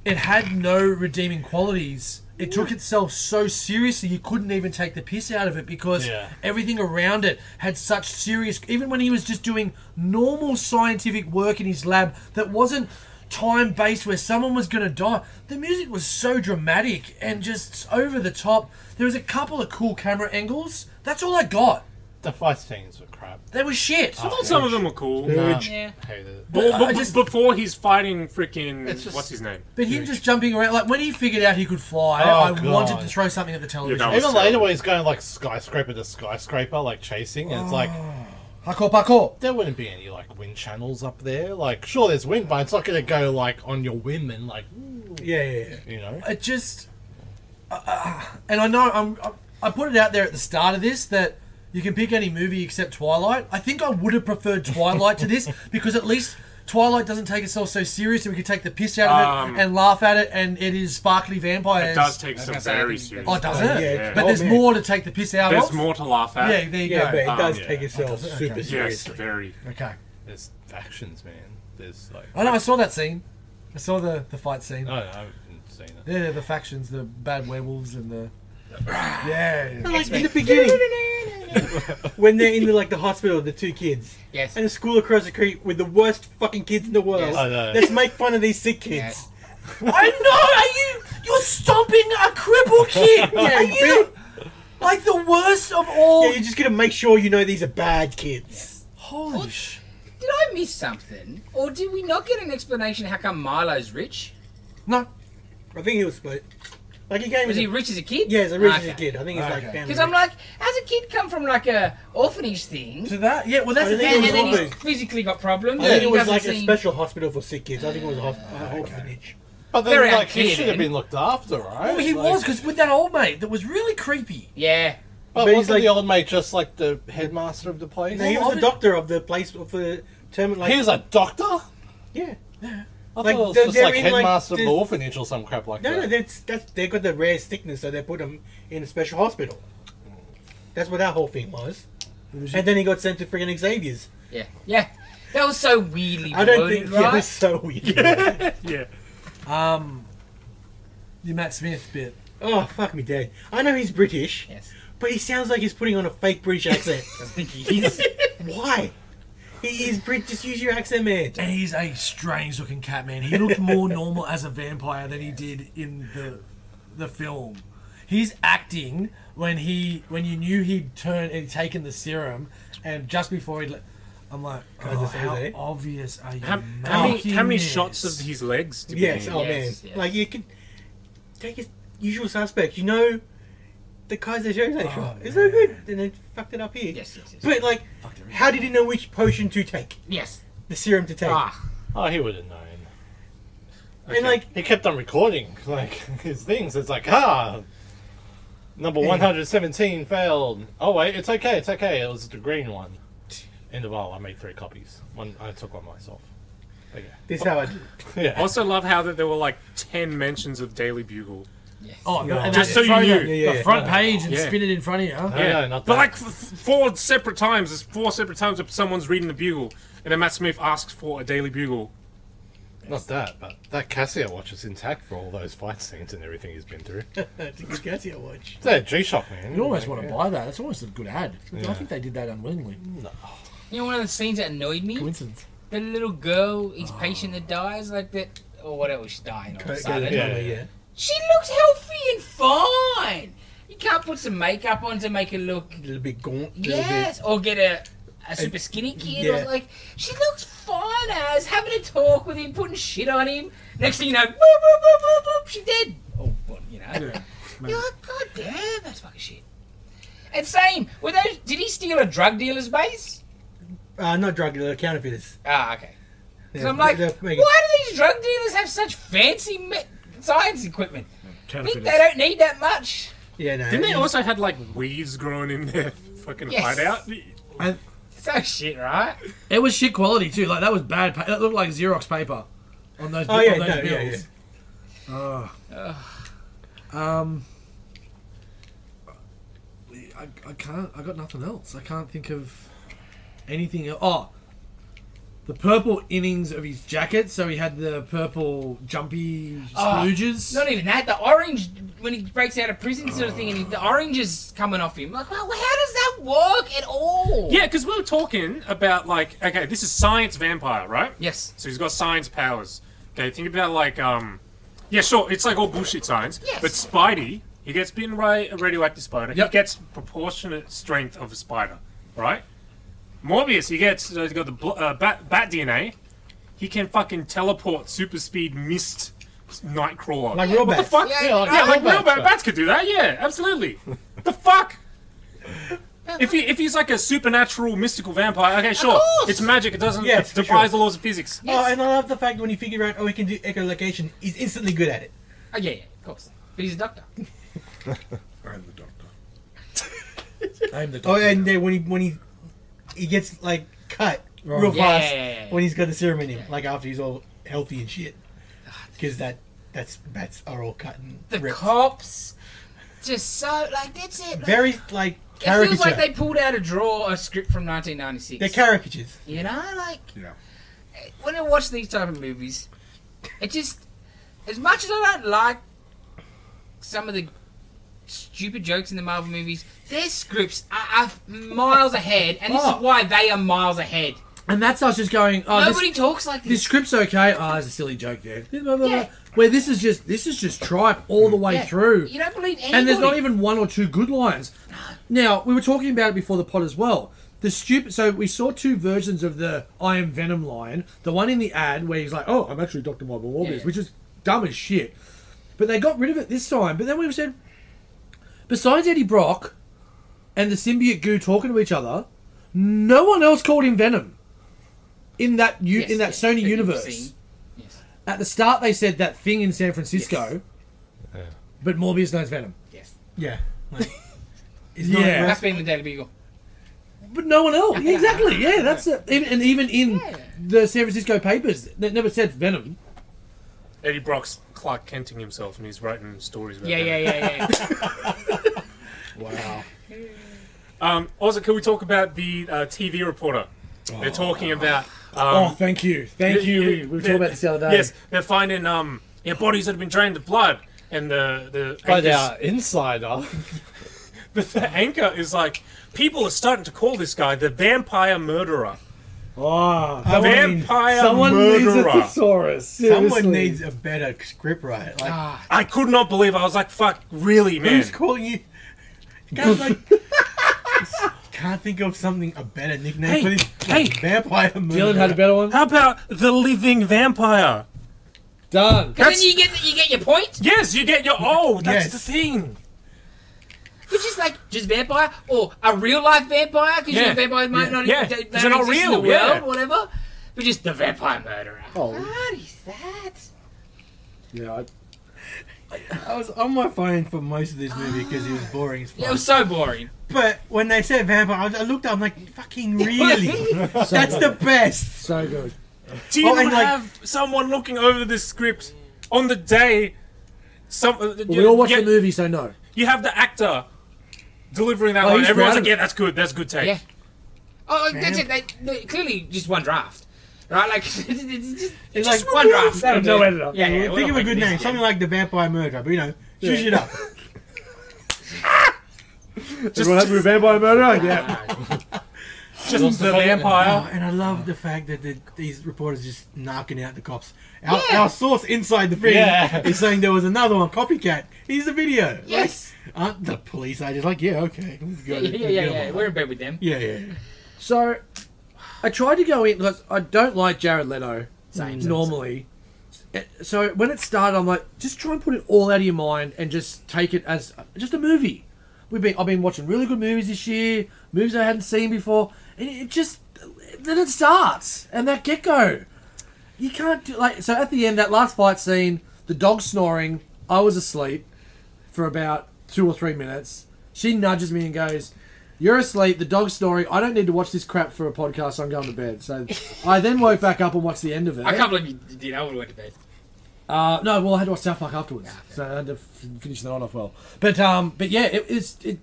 S4: it had no redeeming qualities. It
S2: Mm.
S4: took itself so seriously you couldn't even take the piss out of it because
S5: Yeah.
S4: everything around it had such serious. Even when he was just doing normal scientific work in his lab that wasn't time based where someone was going to die, the music was so dramatic and just over the top. There was a couple of cool camera angles. That's all I got.
S5: The fight scenes were crap.
S4: They were shit.
S1: I thought some of them were cool.
S5: Nah,
S2: Yeah.
S5: hated it.
S1: Well,
S4: I- I
S1: be-
S4: just-
S1: before he's fighting freaking
S5: It's just-
S1: what's his name?
S4: But him just jumping around, like when he figured out he could fly,
S5: Oh,
S4: I
S5: God.
S4: wanted to throw something at the television.
S1: that was
S5: Even
S1: terrible.
S5: later, when he's going like skyscraper to skyscraper, like chasing, and it's like
S4: Parkour, parkour.
S5: there wouldn't be any like wind channels up there. Like, sure, there's wind, but it's not gonna go like on your whim and like. ooh.
S6: Yeah, yeah, yeah.
S5: You know,
S4: it just uh, and i know I'm, i put it out there at the start of this that you can pick any movie except twilight i think i would have preferred twilight
S1: *laughs*
S4: to this because at least twilight doesn't take itself so seriously we can take the piss out of
S1: Um,
S4: it and laugh at it and it is sparkly vampires
S1: It does take
S2: was
S1: some
S2: gonna say, I
S1: very
S2: think-
S1: serious.
S4: oh does it
S6: Yeah.
S4: but
S6: Oh,
S4: there's
S6: man.
S4: more to take the piss out
S1: There's
S4: of
S1: more to laugh at.
S4: yeah there you
S6: Yeah,
S4: go
S6: but it
S1: Um,
S6: does
S1: yeah.
S6: take itself
S4: Okay.
S6: super
S1: Yes,
S6: seriously.
S1: very.
S4: okay
S5: there's factions, man. There's like
S4: i know i saw that scene i saw the the fight scene
S6: Oh.
S5: no, I haven't seen it.
S4: yeah the factions the bad werewolves and the yeah, yeah.
S6: Like in the beginning,
S2: *laughs*
S6: when they're in the like the hospital, the two kids,
S2: Yes.
S6: and the school across the creek with the worst fucking kids in the world.
S2: Yes.
S5: I know.
S6: Let's make fun of these sick
S2: Yeah.
S6: kids.
S4: I know. Are you? You're stomping a cripple kid.
S6: *laughs* Yeah,
S4: Are you like the worst of all?
S6: Yeah, you're just gonna make sure you know these are bad kids.
S4: Holy sh!
S2: Did I miss something? Or did we not get an explanation how come Milo's rich?
S4: No.
S6: I think he was split. Like he came
S2: Was
S6: as
S2: he
S6: a-
S2: rich as a kid?
S6: Yeah, he's a rich as a
S2: Okay.
S6: kid. I think he's like
S4: Okay.
S6: family.
S2: Because I'm like, how's a kid come from like a orphanage thing?
S4: To that? Yeah. Well, that's
S6: I
S4: the
S6: think
S4: thing.
S2: And,
S6: it
S2: and then
S6: was
S2: he's physically got problems.
S6: I think
S2: He
S6: it was
S2: doesn't
S6: like a
S2: seem-
S6: special hospital for sick kids. I think it was a hosp- uh, orphanage.
S5: But then,
S2: Very
S5: like, he
S2: unclear
S5: should have
S2: then.
S5: been looked after, right?
S4: Well, he
S5: Like-
S4: was because with that old mate that was really creepy.
S2: Yeah.
S5: But,
S6: But he's
S5: wasn't
S6: like-
S5: the old mate just like the headmaster of the place?
S6: No, he was the doctor of the place of the term. Like
S5: he was a doctor. I
S6: yeah,
S5: thought
S6: Like,
S5: it was
S6: they're-
S5: just
S6: they're
S5: like
S6: in, like,
S5: headmaster of
S6: this-
S5: the orphanage or some crap like
S6: no,
S5: that.
S6: no, that's that's they got the rare sickness, so they put him in a special hospital. That's what that whole thing was. And then he got sent to friggin' Xavier's.
S2: Yeah. Yeah. That was so weirdly
S6: I don't
S2: worded,
S6: think yeah,
S2: right?
S6: it was so weird.
S1: *laughs* Yeah.
S4: Um, the Matt Smith bit.
S6: Oh fuck me dead. I know he's British,
S2: Yes.
S6: but he sounds like he's putting on a fake British accent.
S2: I think he is.
S6: *laughs* Why? He is British. Just use your accent, man.
S4: And he's a strange looking cat man. He looked
S6: *laughs*
S4: more normal as a vampire than he did in the the film. He's acting when he when you knew he'd turned and taken the serum, and just before he, would I'm like,
S6: I
S4: oh,
S6: just say
S4: how
S6: that?
S4: obvious are you?
S1: How, how many,
S4: making
S1: how many
S4: this?"
S1: shots of his legs? Did
S6: Yes.
S1: We
S6: Oh
S2: Yes,
S6: man.
S2: yes.
S6: Like you can take his usual suspect. You know, the Kaiser Soze shot. It's so good, and they fucked it up here.
S2: Yes, yes, yes.
S6: But like, how did he know which potion to take?
S2: Yes.
S6: The serum to take.
S2: Ah.
S5: Oh, he would have known.
S1: Okay.
S6: And like,
S5: He kept on recording *laughs* like his things. It's like ah, number one hundred seventeen failed. Oh wait, it's okay, it's okay. It was the green one. End of all, I made three copies. One I took one myself. *laughs*
S6: this is how I. do it.
S5: Yeah.
S1: also love how that there were like ten mentions of Daily Bugle.
S2: Yes.
S4: Oh, no, and
S1: Just
S4: that
S1: so you
S4: photo,
S1: knew.
S4: the
S6: Yeah, yeah, yeah.
S4: front page and
S1: Yeah.
S4: spin it in front of you.
S5: No, no, not
S1: but
S5: that.
S1: like f- f- four separate times. There's four separate times that someone's reading the Bugle, and then Matt Smith asks for a Daily Bugle.
S5: not that, but that Casio watch is intact for all those fight scenes and everything he's been through.
S6: That's a Casio watch.
S5: It's a G-Shock man.
S4: You almost want
S5: Like,
S4: to
S5: yeah.
S4: buy that. That's almost a good ad. I
S5: Yeah.
S4: think they did that unwillingly.
S2: You know one of the scenes that annoyed me?
S4: Coincidence.
S2: The little girl, his patient that dies like that, or whatever, she's dying all of a sudden.
S5: yeah, yeah.
S6: yeah.
S2: She looks healthy and fine. You can't put some makeup on to make her look
S6: A little bit gaunt. little
S2: yes, or get a, a super skinny kid.
S6: yeah.
S2: Or like she looks fine as having a talk with him, putting shit on him. Next thing you know, boop boop boop boop boop, she dead. Oh, but you know, *laughs* you're like, god damn, that's fucking shit. And same, were those? Did he steal a drug dealer's base?
S6: Bit, uh, not drug dealer, counterfeiters.
S2: Ah, okay. Because
S6: Yeah,
S2: I'm like,
S6: they're
S2: why
S6: making-
S2: do these drug dealers have such fancy me- science equipment? I think they don't need that much.
S6: Yeah, no.
S1: Didn't they also had like weeds growing in their fucking
S2: Yes.
S1: hideout?
S2: So shit, right?
S4: It was shit quality too. Like that was bad. Pa- that looked like Xerox paper on those.
S6: Oh, yeah,
S4: on those
S6: no, yeah,
S4: bills.
S6: yeah.
S4: Um, I, I can't. I got nothing else. I can't think of anything. el- Oh, the purple innings of his jacket. So he had the purple jumpy
S2: Oh,
S4: splooges.
S2: Not even that. The orange when he breaks out of prison, sort of thing, and he, the orange is coming off him. Like, well, how does that work at all?
S1: Yeah, because we were talking about like, okay, this is science vampire, right?
S2: Yes.
S1: So he's got science powers. Okay, think about like, um, yeah, sure, it's like all bullshit science.
S2: Yes.
S1: But Spidey, he gets bitten by a radioactive spider.
S4: Yep.
S1: He gets proportionate strength of a spider, right? Morbius, he gets uh, he's got the bl- uh, bat, bat DNA. He can fucking teleport, super speed, mist, Nightcrawler.
S6: Like real
S1: what the
S6: bats.
S1: fuck?
S2: Yeah,
S1: Yeah,
S5: like
S1: like
S5: real
S1: real bat-
S5: bats,
S1: bats could do that. Yeah, absolutely. the fuck? If he if he's like a supernatural mystical vampire, okay, sure,
S6: course.
S1: it's magic. It doesn't
S6: Yes,
S1: it
S6: for
S1: defies
S6: sure.
S1: the laws of physics.
S6: Oh, and I love the fact when he figured out, oh, he can do echolocation, he's instantly good at it.
S2: Oh, yeah, yeah, of course. But he's a doctor.
S9: I'm the doctor.
S4: I'm the
S6: Oh,
S4: doctor.
S6: and then when he when he he gets like cut real
S2: Yeah, yeah, yeah,
S6: fast
S2: yeah, yeah.
S6: when he's got the serum in him, like after he's all healthy and shit, because that that's bats are all cut and
S2: The
S6: ripped.
S2: cops, just so like that's it. like,
S6: very like
S2: it feels
S6: caricature.
S2: like they pulled out a draw a script from 1996.
S6: They're caricatures.
S2: you know, like
S9: Yeah.
S2: when I watch these type of movies, it just as much as I don't like some of the stupid jokes in the Marvel movies, their scripts are, are miles ahead, and this
S4: Oh.
S2: is why they are miles ahead.
S4: and that's us just going, oh, this,
S2: Nobody talks like
S4: this
S2: this.
S4: script's okay. Oh, there's a silly joke there. Blah, blah, blah, blah.
S2: Yeah.
S4: Where this is just this is just tripe all the way
S2: Yeah.
S4: through.
S2: You don't believe anybody.
S4: and there's not even one or two good lines. Now we were talking about it before the pod as well. The stupid. So we saw two versions of the "I am Venom" line. The one in the ad where he's like, "Oh, I'm actually Doctor Marvel Morbius,"
S2: yeah.
S4: which is dumb as shit. But they got rid of it this time. But then we said, besides Eddie Brock and the symbiote goo talking to each other, no one else called him Venom in that u-
S2: Yes,
S4: in that
S2: yes,
S4: Sony
S2: you've
S4: universe.
S2: seen. Yes.
S4: At the start, they said that thing in San Francisco, but Morbius knows Venom.
S2: Yes.
S6: Yeah.
S4: It's
S6: not-
S2: That's been the Daily Beagle.
S4: But no one else. Yeah, exactly. Yeah, that's it. Even, and even in
S2: Yeah.
S4: the San Francisco papers, that never said Venom.
S1: Eddie Brock's Clark Kenting himself, and he's writing stories about
S2: Yeah,
S1: that.
S2: yeah,
S4: *laughs*
S2: yeah, yeah.
S1: Um, also, can we talk about the uh, TV reporter? They're talking about.
S4: Oh,
S1: Um,
S4: thank you, thank
S1: Yeah,
S4: you.
S1: yeah,
S4: we were
S1: yeah.
S4: talking about this the other day.
S1: Yes, they're finding um, yeah, bodies that have been drained of blood, and the the
S5: But uh,
S1: anchor's-
S5: our insider,
S1: But *laughs* the anchor is like, people are starting to call this guy the vampire murderer.
S4: Oh,
S6: I wanna be-
S1: Vampire
S4: *laughs* someone needs a
S1: murderer.
S4: thesaurus.
S6: Someone
S4: seriously.
S6: needs a better script right. Like,
S2: Ah,
S1: I could not believe. I was like, fuck, really, man.
S6: who's calling you? Guys, like, can't think of something a better nickname
S1: Hey,
S6: for this
S1: hey.
S6: vampire murderer.
S4: Dylan had a better one.
S1: How about the living vampire?
S4: Done.
S2: Because
S1: That's-
S2: then you get you get your point,
S1: Yes, you get your oh, that's
S6: Yes.
S1: the thing.
S2: which is like just vampire or a real life vampire because
S1: Yeah.
S2: your vampires might not
S1: Yeah.
S2: even they,
S1: Because
S2: they
S1: they're not
S2: don't exist in the
S1: real, yeah.
S2: world, whatever. But just the vampire murderer. Oh. What is that?
S4: Yeah, I-
S6: I was on my phone for most of this movie because
S2: *gasps*
S6: it was boring as
S2: Yeah, it
S6: fuck.
S2: was so boring.
S6: But when they said vampire, I, was- I looked up. I'm like,
S2: *laughs*
S6: fucking really? That's the best.
S4: so good.
S1: Do you
S6: Oh,
S1: not
S6: and like-
S1: have someone looking over this script on the day? Some uh, you,
S4: we all watched
S1: you-
S4: the movie, so no.
S1: You have the actor delivering that
S4: Oh,
S1: line.
S4: he's
S1: Everyone's
S4: proud
S1: like,
S4: of
S1: yeah,
S4: it.
S1: that's good. That's good take.
S2: Yeah. *laughs* Oh, that's it. They, they, clearly, just one draft, right? Like, *laughs* just, just one draft.
S4: That'll do it.
S2: Yeah, yeah, we're
S6: Think
S2: not
S6: of a
S2: making this
S6: good name,
S2: again.
S6: something like the Vampire Murderer. But you know, shush it up.
S1: Just,
S4: Everyone happy with Vampire Murderer? Yeah.
S1: just the
S6: Oh,
S1: vampire.
S6: and I love the fact that the, these reporters just knocking out the cops. Our,
S2: Yeah.
S6: our source inside the thing
S5: Yeah.
S6: is saying there was another one copycat. Here's the video.
S2: Yes.
S6: Like, aren't the police agents like, yeah, okay, let's go.
S2: Yeah, yeah, yeah, yeah. We're in bed with them.
S6: yeah, yeah.
S4: So, I tried to go in because I don't like Jared Leto
S2: Same, same,
S4: normally. Eh, So when it started, I'm like, just try and put it all out of your mind and just take it as just a movie. We've been I've been watching really good movies this year, movies I hadn't seen before, and it just then it starts and that get go. You can't do like so at the end that last fight scene, the dog snoring, I was asleep for about two or three minutes. She nudges me and goes, "You're asleep. The dog's snoring. I don't need to watch this crap for a podcast. I'm going to bed." So I then woke back up and watched the end of it.
S2: I can't believe you did. I would have went to bed.
S4: Uh, no, well, I had to watch South Park afterwards, so I had to f- finish that one off well. But um, but yeah, it, it's it.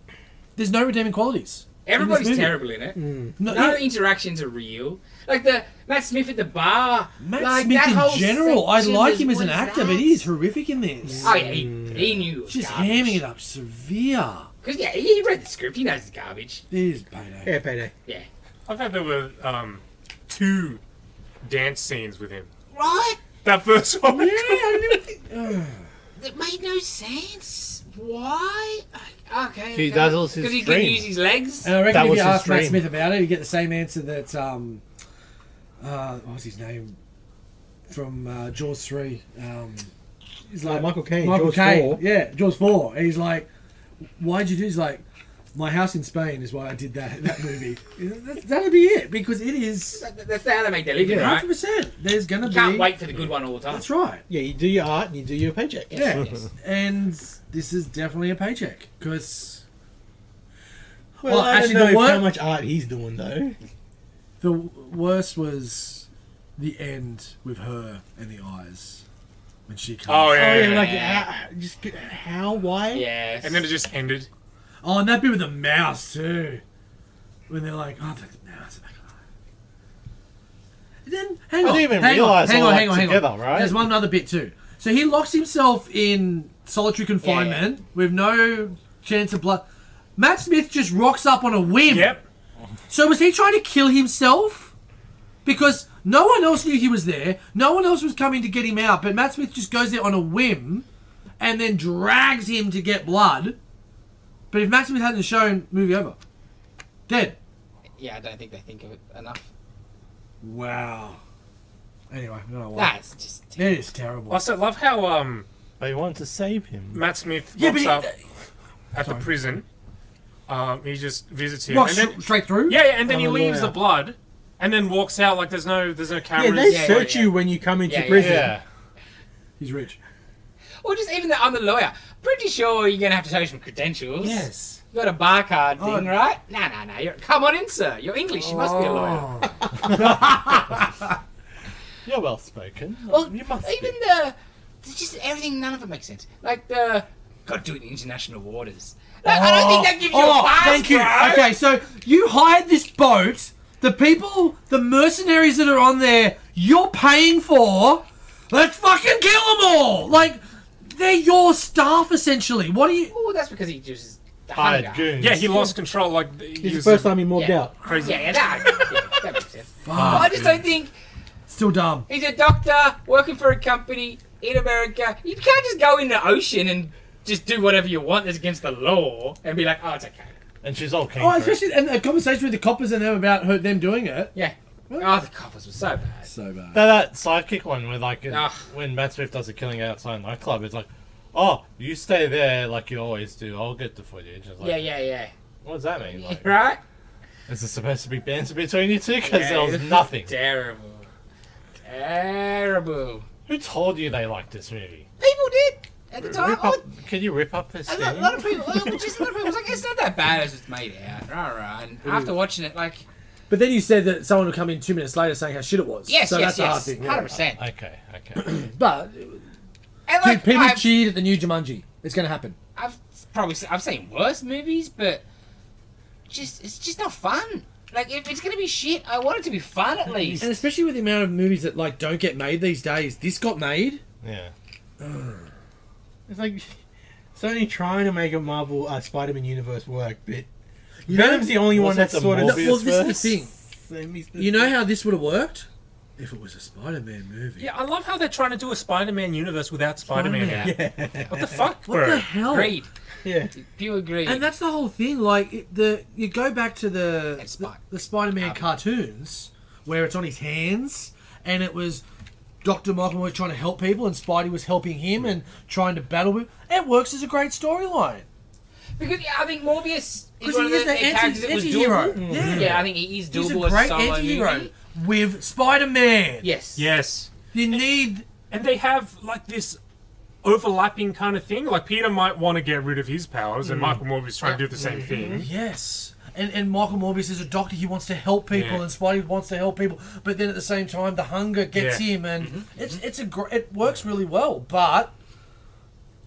S4: There's no redeeming qualities.
S2: Everybody's
S4: movie.
S2: terrible in it.
S6: Mm.
S4: No,
S2: No
S4: yeah,
S2: interactions are real. Like the Matt Smith at the bar.
S4: Matt
S2: like
S4: Smith
S2: that whole
S4: in general, I
S2: section
S4: like
S2: is-
S4: him as
S2: what
S4: an
S2: is
S4: actor,
S2: that?
S4: but he is horrific in this.
S2: Oh yeah, he, he knew. It was
S4: Just hamming it up, severe.
S2: Because yeah, he read the script. He knows it's garbage.
S4: This is payday.
S6: Yeah, payday.
S2: Yeah.
S1: I've had there were um, two dance scenes with him.
S2: Right?
S1: That first *laughs* one. Oh,
S2: That made no sense. Why? Okay.
S5: He does all his
S2: Because he can
S5: dreams.
S2: use his legs.
S4: And I reckon
S5: That
S4: if
S5: was
S4: you
S5: his
S4: ask Matt
S5: dream.
S4: Smith about it, you get the same answer that um, uh, what was his name from uh, Jaws three? Um,
S6: He's like Oh, Michael Caine.
S4: Michael
S6: Jaws
S4: Caine.
S6: four.
S4: Yeah, Jaws four. And he's like, "Why'd you do?" He's like,
S6: My house in Spain is why I
S4: *laughs*
S6: did that that movie. That, that'll be it because it is
S2: That- That's how they make their living,
S6: hundred
S2: right?
S6: percent. There's gonna
S2: You
S6: be
S2: can't wait for the good one all the time.
S6: That's right.
S10: Yeah, you do your art and you do your paycheck.
S6: Yeah, and this is definitely a paycheck because
S10: Well,
S4: Well,
S10: I
S4: actually,
S10: don't
S4: the
S10: know
S4: wor-
S10: how much art he's doing though.
S6: the worst was the end with her and the eyes when she comes.
S1: Oh yeah. yeah,
S10: Yeah, like
S1: yeah.
S10: ah, just get- how why?
S2: Yes.
S1: And then it just ended.
S6: Oh, and that bit with the mouse too. When they're like, oh, the mouse. And then hang
S5: I
S6: on,
S5: didn't even
S6: hang on,
S5: realise
S6: hang
S5: all
S6: on,
S5: that
S6: hang on, hang on.
S5: together, right?
S6: There's one other bit too. So he locks himself in solitary confinement with no chance of blood. Matt Smith just rocks up on a whim.
S1: Yep.
S6: So was he trying to kill himself? Because no one else knew he was there. No one else was coming to get him out. But Matt Smith just goes there on a whim, and then drags him to get blood. But if Matt Smith hadn't shown, movie over. Dead.
S2: yeah, I don't think they think of it enough.
S6: Wow. Anyway, I don't know why.
S2: That's just.
S6: That is terrible.
S1: Also, love how um,
S5: They want to save him.
S1: Matt Smith
S6: Yeah,
S1: pops
S6: but
S1: up
S4: uh,
S6: he-
S1: at the prison. Um, he just visits him,
S6: Walks
S1: and then
S6: str- straight through.
S1: yeah, yeah, and then he
S10: I'm a
S1: leaves
S10: lawyer.
S1: the blood, and then walks out like there's no there's no
S10: Yeah,
S1: cameras.
S10: they
S2: Yeah,
S10: search
S2: yeah,
S10: you
S2: yeah.
S10: when you come into
S2: Yeah, yeah.
S10: prison.
S5: Yeah.
S6: He's rich.
S2: Or just even that I'm a lawyer. Pretty sure you're gonna have to show some credentials.
S6: Yes.
S2: You got a barcode
S6: Oh.
S2: thing, right? No, no, no. You're, come on in, sir. You're English. You must be a lawyer.
S5: You're well spoken.
S2: Well,
S5: you must
S2: even
S5: be.
S2: the, it's just everything. None of it makes sense. Like the, got to do it in international waters. Like, I don't think that gives you a
S6: Oh,
S2: pass,
S6: thank you.
S2: bro.
S6: Okay, so you hired this boat. The people, the mercenaries that are on there, you're paying for. Let's fucking kill them all. Like, they're your staff essentially. What are you?
S2: Oh, that's because he uses the
S5: hired
S2: hunger.
S5: goons.
S1: yeah, he lost control. Like he
S10: It's the
S1: was
S10: first
S1: a-
S10: time he morphed
S2: Yeah.
S10: out.
S1: crazy.
S2: Yeah, yeah, that, yeah, that makes sense. But I just don't think
S6: Still dumb.
S2: he's a doctor working for a company in America. You can't just go in the ocean and just do whatever you want that's against the law and be like, oh, it's okay.
S5: And she's all keen
S6: Oh,
S5: for it.
S6: especially and a conversation with the coppers and them about her, them doing it.
S2: Yeah. Oh, the coppers were so bad.
S6: So bad.
S5: Now that sidekick one with like in-
S2: Ugh.
S5: when Matt Smith does a killing outside a nightclub, it's like, oh, you stay there like you always do. I'll get the footage. It's like,
S2: Yeah, yeah,
S5: What does that mean?
S2: yeah.
S5: *laughs* Like,
S2: Right?
S5: is it supposed to be banter between you two? Because
S2: Yeah,
S5: there was
S2: it's *laughs*
S5: nothing.
S2: Terrible. Terrible.
S5: Who told you they liked this movie?
S2: People did at the time.
S5: Rip
S2: I
S5: up,
S2: would-
S5: can you rip up his
S2: A lot,
S5: thing?
S2: a lot of people, which is a lot of people, was like, it's not that bad as it's made out. Right, right. And after watching it, like,
S4: But then you said that someone would come in two minutes later saying how shit it was.
S2: yes,
S4: so
S2: yes,
S4: that's
S2: yes,
S4: the hard thing. yeah.
S2: hundred percent.
S5: Okay, okay. *coughs*
S4: But
S2: And
S4: dude,
S2: like,
S4: people
S2: I've,
S4: cheered at the new Jumanji. It's going to happen.
S2: I've probably se- I've seen worse movies, but just it's just not fun. Like if it's gonna be shit, I want it to be fun at least.
S4: And especially with the amount of movies that like don't get made these days. This got made.
S5: yeah.
S10: It's like Sony trying to make a Marvel uh, Spider-Man universe work, but Venom's the only one
S5: wasn't
S10: that's
S5: the
S10: sort
S5: Morbius
S10: of.
S4: well, this is the thing. You know how this would have worked?
S6: If it was a Spider-Man movie.
S1: Yeah, I love how they're trying to do a Spider-Man universe without Spider-Man.
S4: Spider-Man.
S1: in it. What the fuck,
S4: What the
S1: bro?
S4: hell?
S2: Greed,
S10: Yeah.
S2: pure greed.
S4: And that's the whole thing. Like it, the you go back to the
S2: And Spike.
S4: the, the Spider-Man cartoons where it's on his hands, and it was Doctor Malcolm was trying to help people, and Spidey was helping him and trying to battle with. It works as a great storyline.
S2: because yeah, I think Morbius is
S4: Because
S2: one
S4: he
S2: of
S4: is
S2: the,
S4: the
S2: the
S4: anti-
S2: characters that was
S4: anti-hero.
S2: doable.
S4: Yeah.
S2: yeah, I think he is
S4: He's a
S2: doable as a
S4: great
S2: solo
S4: anti-hero
S2: movie.
S4: with Spider-Man.
S2: Yes.
S1: Yes.
S4: You need
S1: and they have like this overlapping kind of thing. Like Peter might want to get rid of his powers,
S2: Mm.
S1: and Michael Morbius trying to do the same
S2: Mm-hmm.
S1: thing.
S4: yes. And, and Michael Morbius is a doctor. He wants to help people,
S1: Yeah.
S4: and Spidey wants to help people. But then at the same time, the hunger gets
S1: Yeah. Mm-hmm,
S4: him, and it's it's a gr- it works really well. But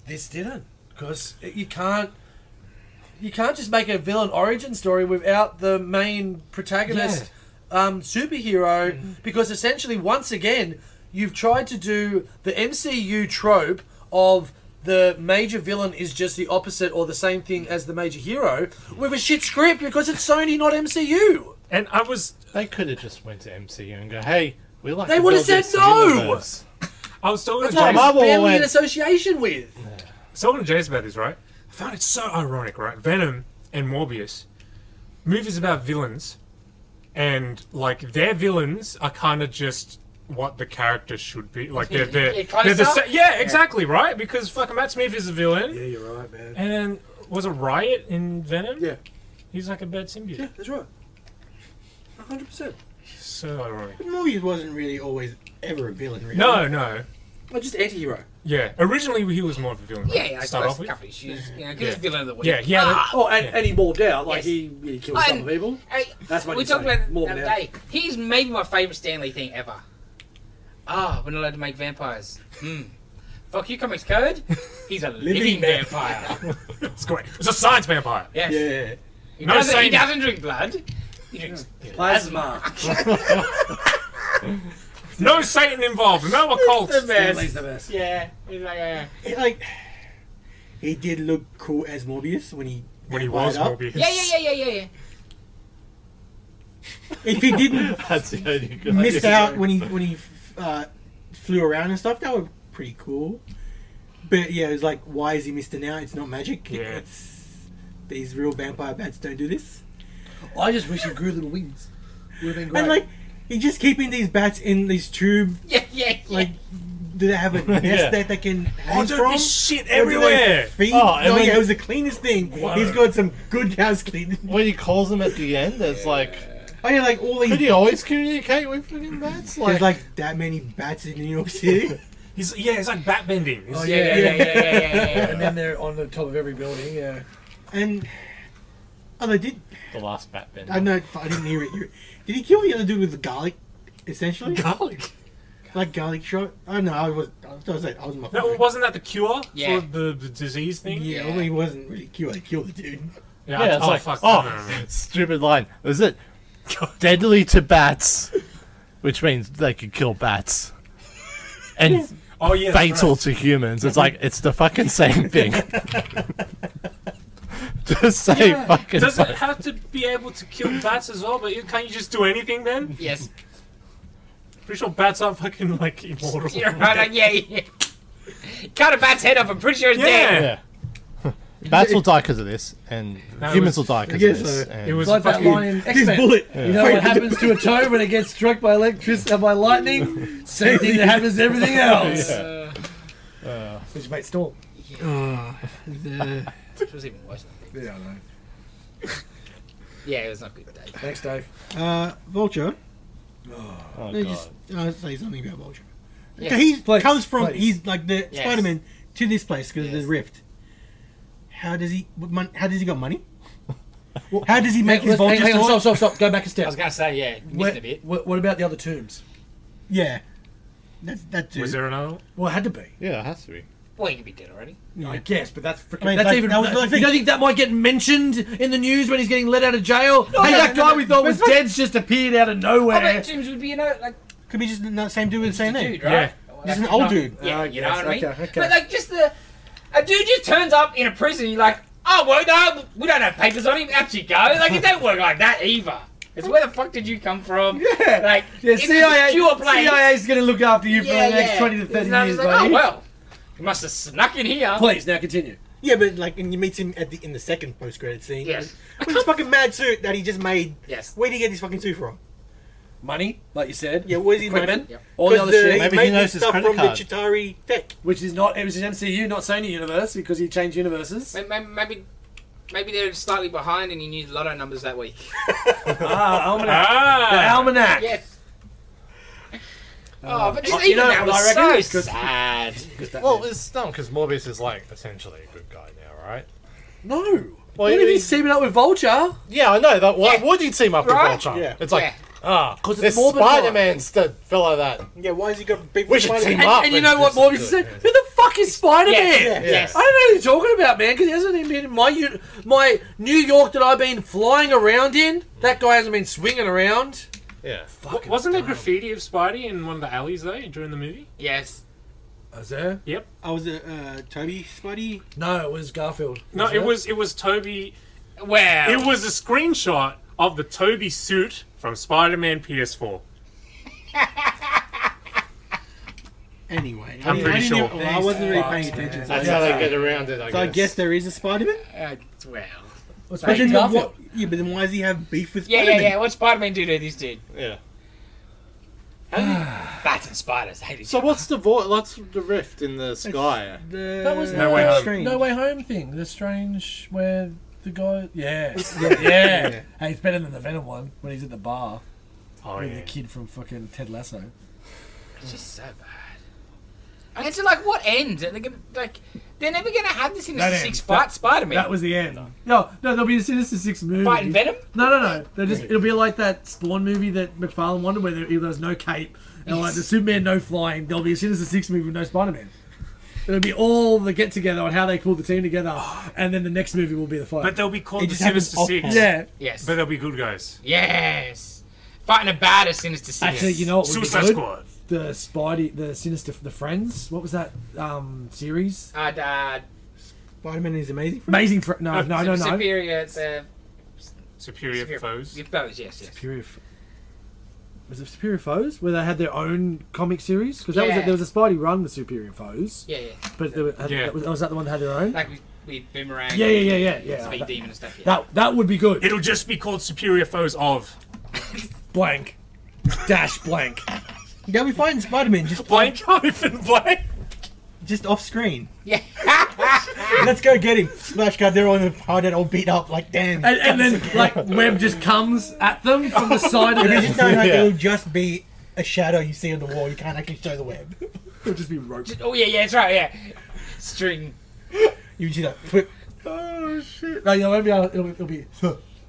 S4: this didn't because you can't you can't just make a villain origin story without the main protagonist um, superhero
S1: Mm-hmm.
S4: because essentially once again you've tried to do the MCU trope of the major villain is just the opposite or the same thing as the major hero with a shit script because it's Sony not MCU.
S1: And I was,
S5: They could have just went to MCU and go, hey, we like
S4: They
S5: to
S4: would have
S5: build
S4: said
S5: this
S4: no!
S5: universe." *laughs*
S1: I was talking to James,
S5: why I'm up. Marvel
S4: Barely
S5: went-
S4: in association with.
S1: talking to James about this, right? I found it so ironic, right? Venom and Morbius, movies about villains, and like their villains are kind of just what the character should be. Like they're they're,
S2: It kinda
S1: they're the
S2: sucks.
S1: sa- yeah, exactly right because fucking Matt Smith is a villain,
S6: Yeah, you're right, man.
S1: and then was a riot in Venom.
S6: Yeah.
S1: He's like a bird symbiote.
S6: Yeah, that's right. 100%.
S1: So ironic.
S6: Morbius wasn't really always ever a villain, really.
S1: No, no.
S2: Oh,
S6: Well, just anti hero.
S1: yeah. Originally, he was more of a villain. right?
S2: Yeah, yeah, I
S1: Start
S2: suppose
S1: off
S2: a
S1: with.
S2: couple of issues. You know, 'cause
S1: Yeah.
S2: it's villain of the week.
S1: Yeah, yeah.
S2: Ah,
S6: Oh, and,
S1: Yeah.
S6: and he balled out. Like,
S2: Yes.
S6: he, he killed some
S2: I'm-
S6: people.
S2: Hey,
S6: That's what
S2: we
S6: he's
S2: talked
S6: saying.
S2: about
S6: More
S2: the other
S6: than that.
S2: day. He's maybe my favourite Stanley thing ever. Ah, we're not allowed to make vampires. Hmm. Fuck you, comics code. He's a living, vampire.
S1: It's great. It's a science vampire.
S2: yes.
S6: Yeah.
S2: He,
S1: No
S2: doesn't, he
S1: saying-
S2: doesn't drink blood. He drinks
S6: Plasma.
S1: No Satan involved. No occult.
S6: Stanley's the best.
S2: *laughs* Yeah. He's like, uh,
S6: He, like, he did look cool as Morbius when he.
S1: When he
S6: vampired
S1: was
S6: up.
S1: Morbius.
S2: yeah, yeah, yeah, yeah, yeah, yeah.
S6: If
S5: *laughs*
S6: he didn't
S5: That's the only good
S6: missed
S5: idea.
S6: out when he when he uh, flew around and stuff. That were pretty cool. But yeah, it was like, why is he Mister now? It's not magic.
S1: Yeah.
S6: It's, these real vampire bats don't do this.
S4: I just wish he grew little wings. Would have been
S6: And
S4: great.
S6: like, you just keeping these bats in this tube.
S2: Yeah, yeah, yeah.
S6: Like, do
S5: *laughs*
S6: they have a nest
S5: Yeah.
S6: that they can hang
S1: Oh, dude,
S6: from?
S1: there's shit
S6: Or do they
S1: everywhere.
S6: Feed?
S5: Oh,
S6: Oh,
S5: and when-
S6: yeah, it was the cleanest thing.
S1: Whoa.
S6: He's got some good house cleaning.
S5: When he calls him at the end, it's like,
S6: Oh yeah, like all
S5: could
S6: these.
S5: he always communicate with fucking bats? Like,
S6: There's like that many bats in New
S5: *laughs*
S6: York City.
S1: He's yeah. It's like bat bending. He's-
S4: Oh,
S2: yeah, yeah, yeah, yeah, yeah, yeah, yeah.
S4: and then they're on the top of every building. Yeah.
S6: and oh, they did
S5: the last bat bend.
S6: I know. I didn't hear it. You- Did he kill the other dude with the garlic? Essentially,
S1: Garlic.
S6: like garlic shot. I know. I was. I was, I was, like, I was on my
S1: No,
S6: phone.
S1: wasn't that the cure
S2: Yeah.
S1: for the, the disease thing?
S6: yeah, well, he wasn't really cured. He killed the dude.
S1: Yeah.
S5: Yeah,
S1: I-
S5: it's
S1: oh
S5: like,
S1: fuck.
S5: oh,
S1: no, no, no.
S5: stupid line. Was it deadly to bats, which means they could kill bats, and
S1: Oh yeah. that's
S5: fatal to humans? It's like it's the fucking same thing. *laughs* Just say fucking.
S1: Right. Does
S5: fuck.
S1: it have to be able to kill bats as well? But you, can't you just do anything then?
S2: Yes.
S1: Pretty sure bats are fucking like immortal.
S2: *laughs* You're right, like, yeah, yeah. Cut a bat's head off, I'm pretty sure it's dead.
S1: Yeah.
S5: Yeah. *laughs* Bats will die because of this, and
S1: That
S5: humans
S1: was-
S5: will die because
S6: I guess
S5: of this.
S6: so.
S5: and-
S1: It was
S4: It's like that
S1: fucking.
S4: line
S6: *laughs*
S4: in X
S6: His
S4: Men.
S6: bullet.
S4: You know what happens *laughs* to a toe when it gets struck by electricity uh, by lightning? Same thing that happens to *laughs* everything else.
S2: Uh,
S4: Which mate Storm. Ah, *laughs*
S2: it was even worse. than that.
S11: Yeah, I know.
S2: Yeah, it was not good, Dave.
S4: Thanks, Dave.
S6: Uh, Vulture.
S5: Oh,
S6: Let me
S5: God.
S6: just uh, say something about Vulture.
S2: Yes.
S6: So he
S4: Please,
S6: comes from.
S4: please.
S6: He's like the
S2: Yes.
S6: Spider-Man to this place because of
S2: Yes.
S6: the rift. How does he? what mon- How does he got money? How does he make his vulture
S4: hang, hang on,
S6: sword?
S4: stop, stop, stop. Go back a
S2: I
S4: step.
S2: was gonna say, yeah, missed
S4: Where-
S2: a bit.
S4: What, what about the other tombs?
S6: Yeah, that's that's.
S1: Was there another? one?
S4: Well, it had to be.
S5: yeah, it has to be.
S2: Well, he could be dead already.
S4: I guess, but that's freaking.
S6: I mean,
S4: that's
S6: like,
S4: even.
S6: that was the
S4: you
S6: thing.
S4: don't think that might get mentioned in the news when he's getting let out of jail? hey,
S6: no,
S4: that
S6: no,
S4: guy
S6: no,
S4: we thought
S6: but
S4: was
S6: it's not-
S4: dead's just appeared out of
S2: I
S4: nowhere.
S2: bet James Oh, would be, you know, like
S6: Could be just the same dude with the same
S2: dude,
S6: name.
S2: right?
S6: Just an old dude.
S2: Yeah, you know
S4: Oh, yes,
S2: what I mean.
S4: okay, okay.
S2: But like, just the a dude just turns up in a prison. You're like, oh well, no, we don't have papers on him. Out you go. Like, it don't work like that either. It's where the fuck did you come from?
S4: Yeah.
S2: Like,
S4: yeah,
S2: it's just
S4: CIA,
S2: a pure place.
S4: CIA's going to look after you for
S2: Yeah,
S4: the next
S2: yeah.
S4: 20 to 30
S2: And I
S4: years,
S2: was like,
S4: buddy.
S2: oh well, you must have snuck in here.
S4: Please, now continue.
S6: Yeah, but like, and you meet him at the in the second post credit scene.
S2: Yes.
S6: With this fucking mad suit that he just made.
S2: Yes.
S6: Where did he get this fucking suit from?
S4: Money, like you said.
S6: Yeah, where's he
S4: Equipment.
S6: made?
S2: Yep.
S4: All the other shit.
S5: Maybe he
S6: made
S5: knows
S6: this
S5: his
S6: stuff
S5: credit
S6: from
S5: card.
S6: the Chitari tech.
S4: Which is not, it was his MCU, not Sony universe, because he changed universes.
S2: May- may- Maybe, maybe they're slightly behind, and you need lotto numbers that week.
S4: ah, Almanac. The
S1: Ah.
S4: Almanac.
S2: *laughs* Yes. Oh, but
S4: Oh,
S2: just
S4: you
S2: even
S4: know,
S2: that
S4: well, I
S2: was
S4: reckon
S2: so
S4: it's 'cause-
S2: sad.
S5: Well, it's dumb because Morbius is like essentially a good guy now, right?
S4: No.
S5: Well,
S4: what if
S5: he-
S4: he's teaming up with Vulture?
S5: Yeah, I know. That, why
S2: Yeah.
S5: would he team up
S2: Right?
S5: with Vulture?
S6: Yeah.
S5: It's like,
S2: Yeah.
S5: ah,
S4: Because
S5: this
S4: it's Morbid
S5: Spider Man's the fella that.
S6: Yeah, why has he got big?
S5: We should
S6: Spider-
S5: team
S4: And,
S5: up.
S4: and you
S5: and
S4: know what
S5: just
S4: Morbius
S5: do
S4: is
S5: it,
S4: saying?
S5: yeah.
S4: Who the fuck is Spider Man?
S2: Yes. Yes.
S4: I don't know who you're talking about, man, because he hasn't even been in my uni- my New York that I've been flying around in. That guy hasn't been swinging around.
S5: Yeah.
S4: Fucking
S1: Wasn't there
S4: dumb.
S1: graffiti of Spidey in one of the alleys though during the movie?
S2: Yes.
S4: Was there?
S1: Yep.
S6: I was a uh, Toby Spuddy.
S4: No, it was Garfield.
S1: No, it was it was Toby.
S2: Well,
S1: It was a screenshot of the Toby suit from Spider-Man PS4.
S6: Anyway,
S1: I'm pretty
S6: I didn't
S1: sure.
S6: even- well, I wasn't really paying attention. So, I,
S5: That's how they get around it, I
S6: so I guess there is a Spider-Man.
S2: Uh, well.
S6: But then
S4: Garfield.
S6: what? Yeah, but then why does he have beef with
S2: Yeah, yeah,
S6: Spider-Man?
S2: yeah. What Spider Man do to this dude?
S5: Yeah.
S2: Bats and spiders. Hate each
S5: So
S2: other.
S5: what's the vo- what's the rift in the sky?
S6: The
S4: That was
S1: No Way Home.
S6: Strange.
S4: No Way Home thing, the strange where
S7: the guy?
S4: *laughs*
S7: Yeah.
S6: Yeah.
S7: yeah. Hey, it's better than the Venom one when he's at the bar
S5: Oh,
S7: with
S5: yeah.
S7: the kid from fucking Ted Lasso.
S2: It's just so bad. And it's like, what end? They're gonna, like, they're never going to have this in
S7: That
S2: a
S7: end.
S2: six fight Spider Man.
S4: That was the end. No, no, there'll be a Sinister Six movie.
S2: Fighting Venom?
S4: No, no, no. They'll just it'll be like that Spawn movie that McFarlane wanted, where there, there's no cape and like the Superman no flying. There'll be a Sinister Six movie with no Spider-Man. It'll be all the get together on how they pulled the team together, and then the next movie will be the fight.
S1: But they'll be
S6: It
S1: called the
S6: just happens
S1: Sinister
S6: off-
S1: Six.
S7: Yeah.
S2: Yes.
S1: But they'll be good guys.
S2: yes. Fighting a bad as Sinister Six.
S4: Actually, you know what would be
S1: Suicide
S4: good?
S1: Squad.
S4: The Spidey, the Sinister, the Friends. What was that um, series?
S2: Uh, uh,
S6: Spider-Man is amazing. For
S4: Amazing. Fr- no, no, no, no.
S2: Superior, the
S1: Superior,
S2: superior-
S1: foes.
S2: your foes, yes, yes.
S4: Superior. F- Was it Superior Foes where they had their own comic series? Because that was a,
S2: Yeah.
S4: there was a Spidey run with Superior Foes,
S2: Yeah, yeah.
S4: but they were, had,
S1: Yeah.
S4: that was, was that the one that had their own?
S2: Like we, we boomerang.
S4: yeah, yeah, yeah, yeah, yeah.
S2: Speed
S4: That,
S2: demon and stuff. Yeah.
S4: that that would be good.
S1: It'll just be called Superior Foes of
S7: Blank. Dash blank.
S6: They'll be fighting Spider-Man just
S1: Blank Hyphen Blank.
S6: just off screen.
S2: yeah. *laughs*
S6: Let's go get him. Splash guard, they're on the hard all beat up. Like damn.
S7: *laughs* And, and then, like, Web just comes at them from the side *laughs* of
S6: If you
S7: the
S6: just know like,
S5: Yeah.
S6: it'll just be a shadow you see on the wall. You can't actually show the web.
S4: It'll just be rope.
S2: oh yeah, yeah, that's right. Yeah. String.
S6: You just like flip.
S7: Oh, shit. No, you know, maybe I'll, it'll, it'll be.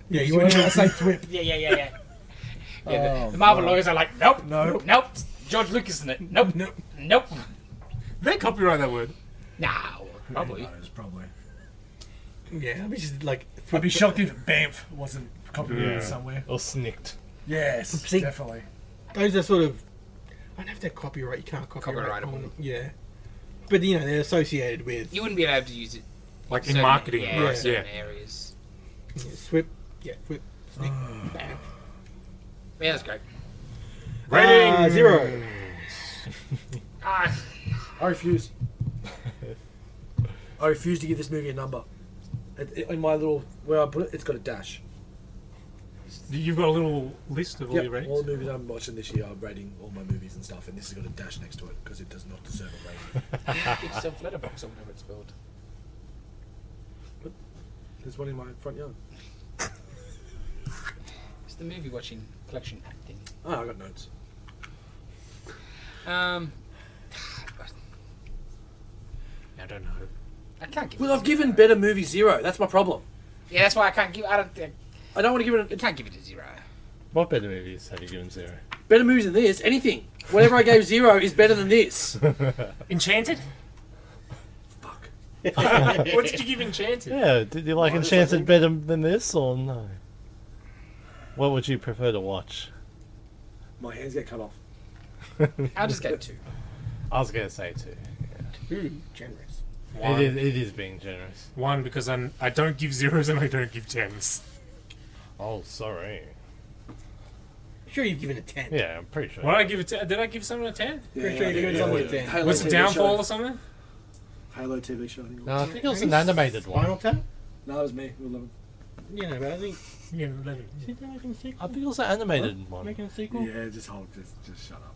S6: Yeah, you won't
S7: I say twip.
S2: Yeah, yeah, yeah, yeah. yeah the,
S7: Oh,
S2: the Marvel lawyers are like, nope,
S7: Nope.
S2: nope. it's George Lucas in it. Nope, nope, nope.
S1: They copyright that word.
S2: No, probably.
S7: probably.
S6: Yeah, I'll be just like
S7: I'd
S6: flip.
S7: be shocked if Banff wasn't copyrighted
S5: Yeah.
S7: somewhere.
S5: Or snicked.
S7: Yes,
S6: See?
S7: definitely.
S6: Those are sort of. I don't know if they're copyright. You can't copyright
S2: Copyrightable.
S6: them. Yeah, but you know they're associated with
S2: You wouldn't be allowed to use it.
S1: Like in
S2: certain-
S1: marketing,
S2: yeah,
S1: right? Yeah.
S2: certain areas.
S6: yeah, Swip. Yeah, Swip. Sneak. bam.
S2: Yeah, that's great.
S1: Rating
S6: Uh, zero.
S2: Ah,
S7: I *laughs* refuse. I refuse to give this movie a number. It, it- in my little where I put it, it's got a dash.
S1: You've got a little list of all your
S7: Yep, all
S1: ratings.
S7: the movies I'm watching this year, I'm rating all my movies and stuff, and this has got a dash next to it because it does not deserve a rating.
S2: give yourself letterbox or whatever it's called.
S7: There's one in my front yard.
S2: It's the movie watching collection app thing.
S7: Oh, I got notes.
S2: Um,
S1: I don't know.
S2: I can't give.
S7: Well,
S2: it
S7: I've given Better Movie zero. That's my problem.
S2: Yeah, that's why I can't give. I don't. think-
S7: I don't want to give it
S2: I
S7: a,
S2: can't give it a zero.
S5: What better movies have you given zero? *laughs*
S7: better movies than this. Anything. Whatever I gave zero is better than this.
S1: Enchanted?
S7: Fuck.
S1: what did you give Enchanted?
S5: Yeah, did you like
S7: Honestly, I
S5: Enchanted
S7: think-
S5: better than this or no? What would you prefer to watch?
S7: My hands get cut off.
S2: I'll just go two.
S5: I was going to say two.
S6: Ooh, generous.
S1: One.
S5: It is, it is being generous.
S1: One, because I'm, I don't give zeros and I don't give tens.
S5: Oh, sorry.
S6: Sure, you've given a ten.
S5: Yeah, I'm pretty sure.
S1: What did I give it? Did I give someone a ten?
S6: Pretty sure you've given someone a ten.
S1: Was it Downfall or something?
S4: Halo TV show. I think it was.
S5: No, I think it was an animated
S6: Final
S5: one.
S6: ten?
S4: No, that was me. Who loved
S6: You know, but I think.
S1: Yeah, eleven.
S6: Is it making a sequel?
S5: I think it was an animated one.
S6: Making a
S4: it.
S6: sequel?
S4: Yeah, just hold. Just, just shut *laughs* up.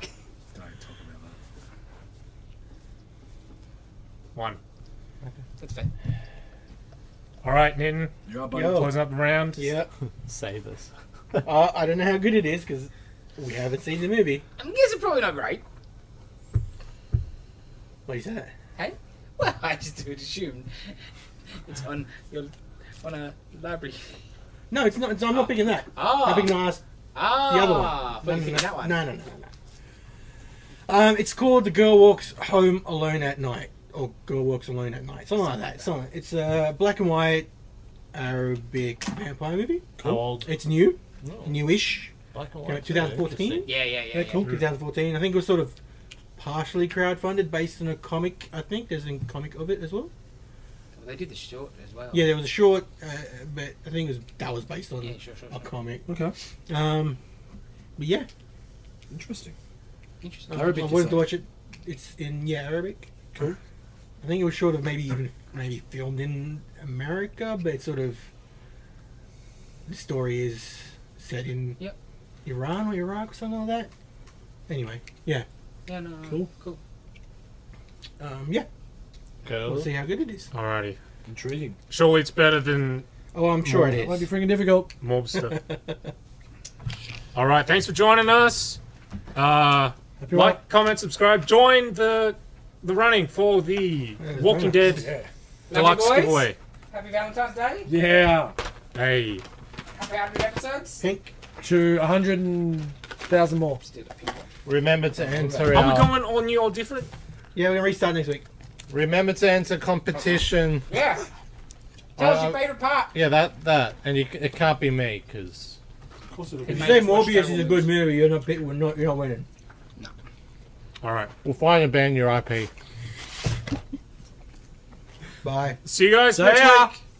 S4: Don't talk about that.
S1: One.
S2: That's fair.
S1: All right, Ninton.
S4: You're up, buddy.
S6: Yo.
S1: Closing up the round.
S6: Yeah.
S5: Save us.
S6: Uh, I don't know how good it is because we haven't seen the movie.
S2: I'm guessing Um, probably not great.
S6: What is that?
S2: Well, *laughs* I just would assume it's on your on a library.
S6: No, it's not. It's, I'm not picking that.
S2: Ah,
S6: I'm picking the last.
S2: ah,
S6: The other one.
S2: But you
S6: no,
S2: picking that one.
S6: No, no, no, no. no. Um, it's called "The Girl Walks Home Alone at Night" or "Girl Walks Alone at Night," something like that. Something. It's a black and white Arabic vampire movie.
S5: How old?
S6: It's new,
S5: Oh,
S6: newish.
S5: black and
S6: Came out
S5: white,
S6: 2014?
S5: interesting.
S2: Yeah, yeah, Hmm. yeah.
S6: Yeah, cool. 2014. I think it was sort of partially crowdfunded, based on a comic. I think there's a comic of it as well.
S2: Well, they did the short as well.
S6: Yeah, there was a short, uh, but I think it was that was based on
S2: Oh. Yeah, sure, sure.
S6: a
S2: sure.
S6: comic.
S4: Okay.
S6: Um, but yeah,
S4: Interesting.
S2: Interesting.
S6: I-
S4: Arabic
S6: I
S4: is
S6: wanted to
S4: like-
S6: watch it. It's in yeah Arabic.
S4: Cool.
S6: I think it was sort of maybe even maybe filmed in America, but it's sort of the story is set in
S2: Yep.
S6: Iran or Iraq or something like that. Anyway, yeah,
S2: Yeah, no, no,
S6: Cool.
S2: Cool.
S6: um, yeah,
S5: Girl.
S6: we'll see how good it is.
S1: Alrighty.
S5: Intriguing.
S1: Surely it's better than
S12: Oh, I'm sure it
S4: It might be
S12: is.
S4: freaking difficult.
S1: Mobster. All right, thanks for joining us. Uh,
S4: Hope you're
S1: like, comment, subscribe, join the the running for the Walking Dead deluxe
S2: boys.
S1: giveaway.
S2: Happy Valentine's Day.
S4: Yeah.
S1: Hey,
S2: Happy 100 episodes.
S4: Pink to a hundred thousand more.
S5: Remember to enter
S1: are we
S5: our,
S1: going all new or different?
S12: Yeah, we're gonna restart next week.
S5: Remember to enter competition.
S2: Yeah. Tell us
S5: Uh,
S2: your favourite part.
S5: Yeah, that that, and you, c- it can't be me because
S12: If you say Morbius is a good movie, you're not, we're not, you're not winning.
S1: All right,
S5: we'll find and ban your IP.
S12: Bye.
S1: see you guys
S4: So
S1: next
S4: yeah.
S1: week.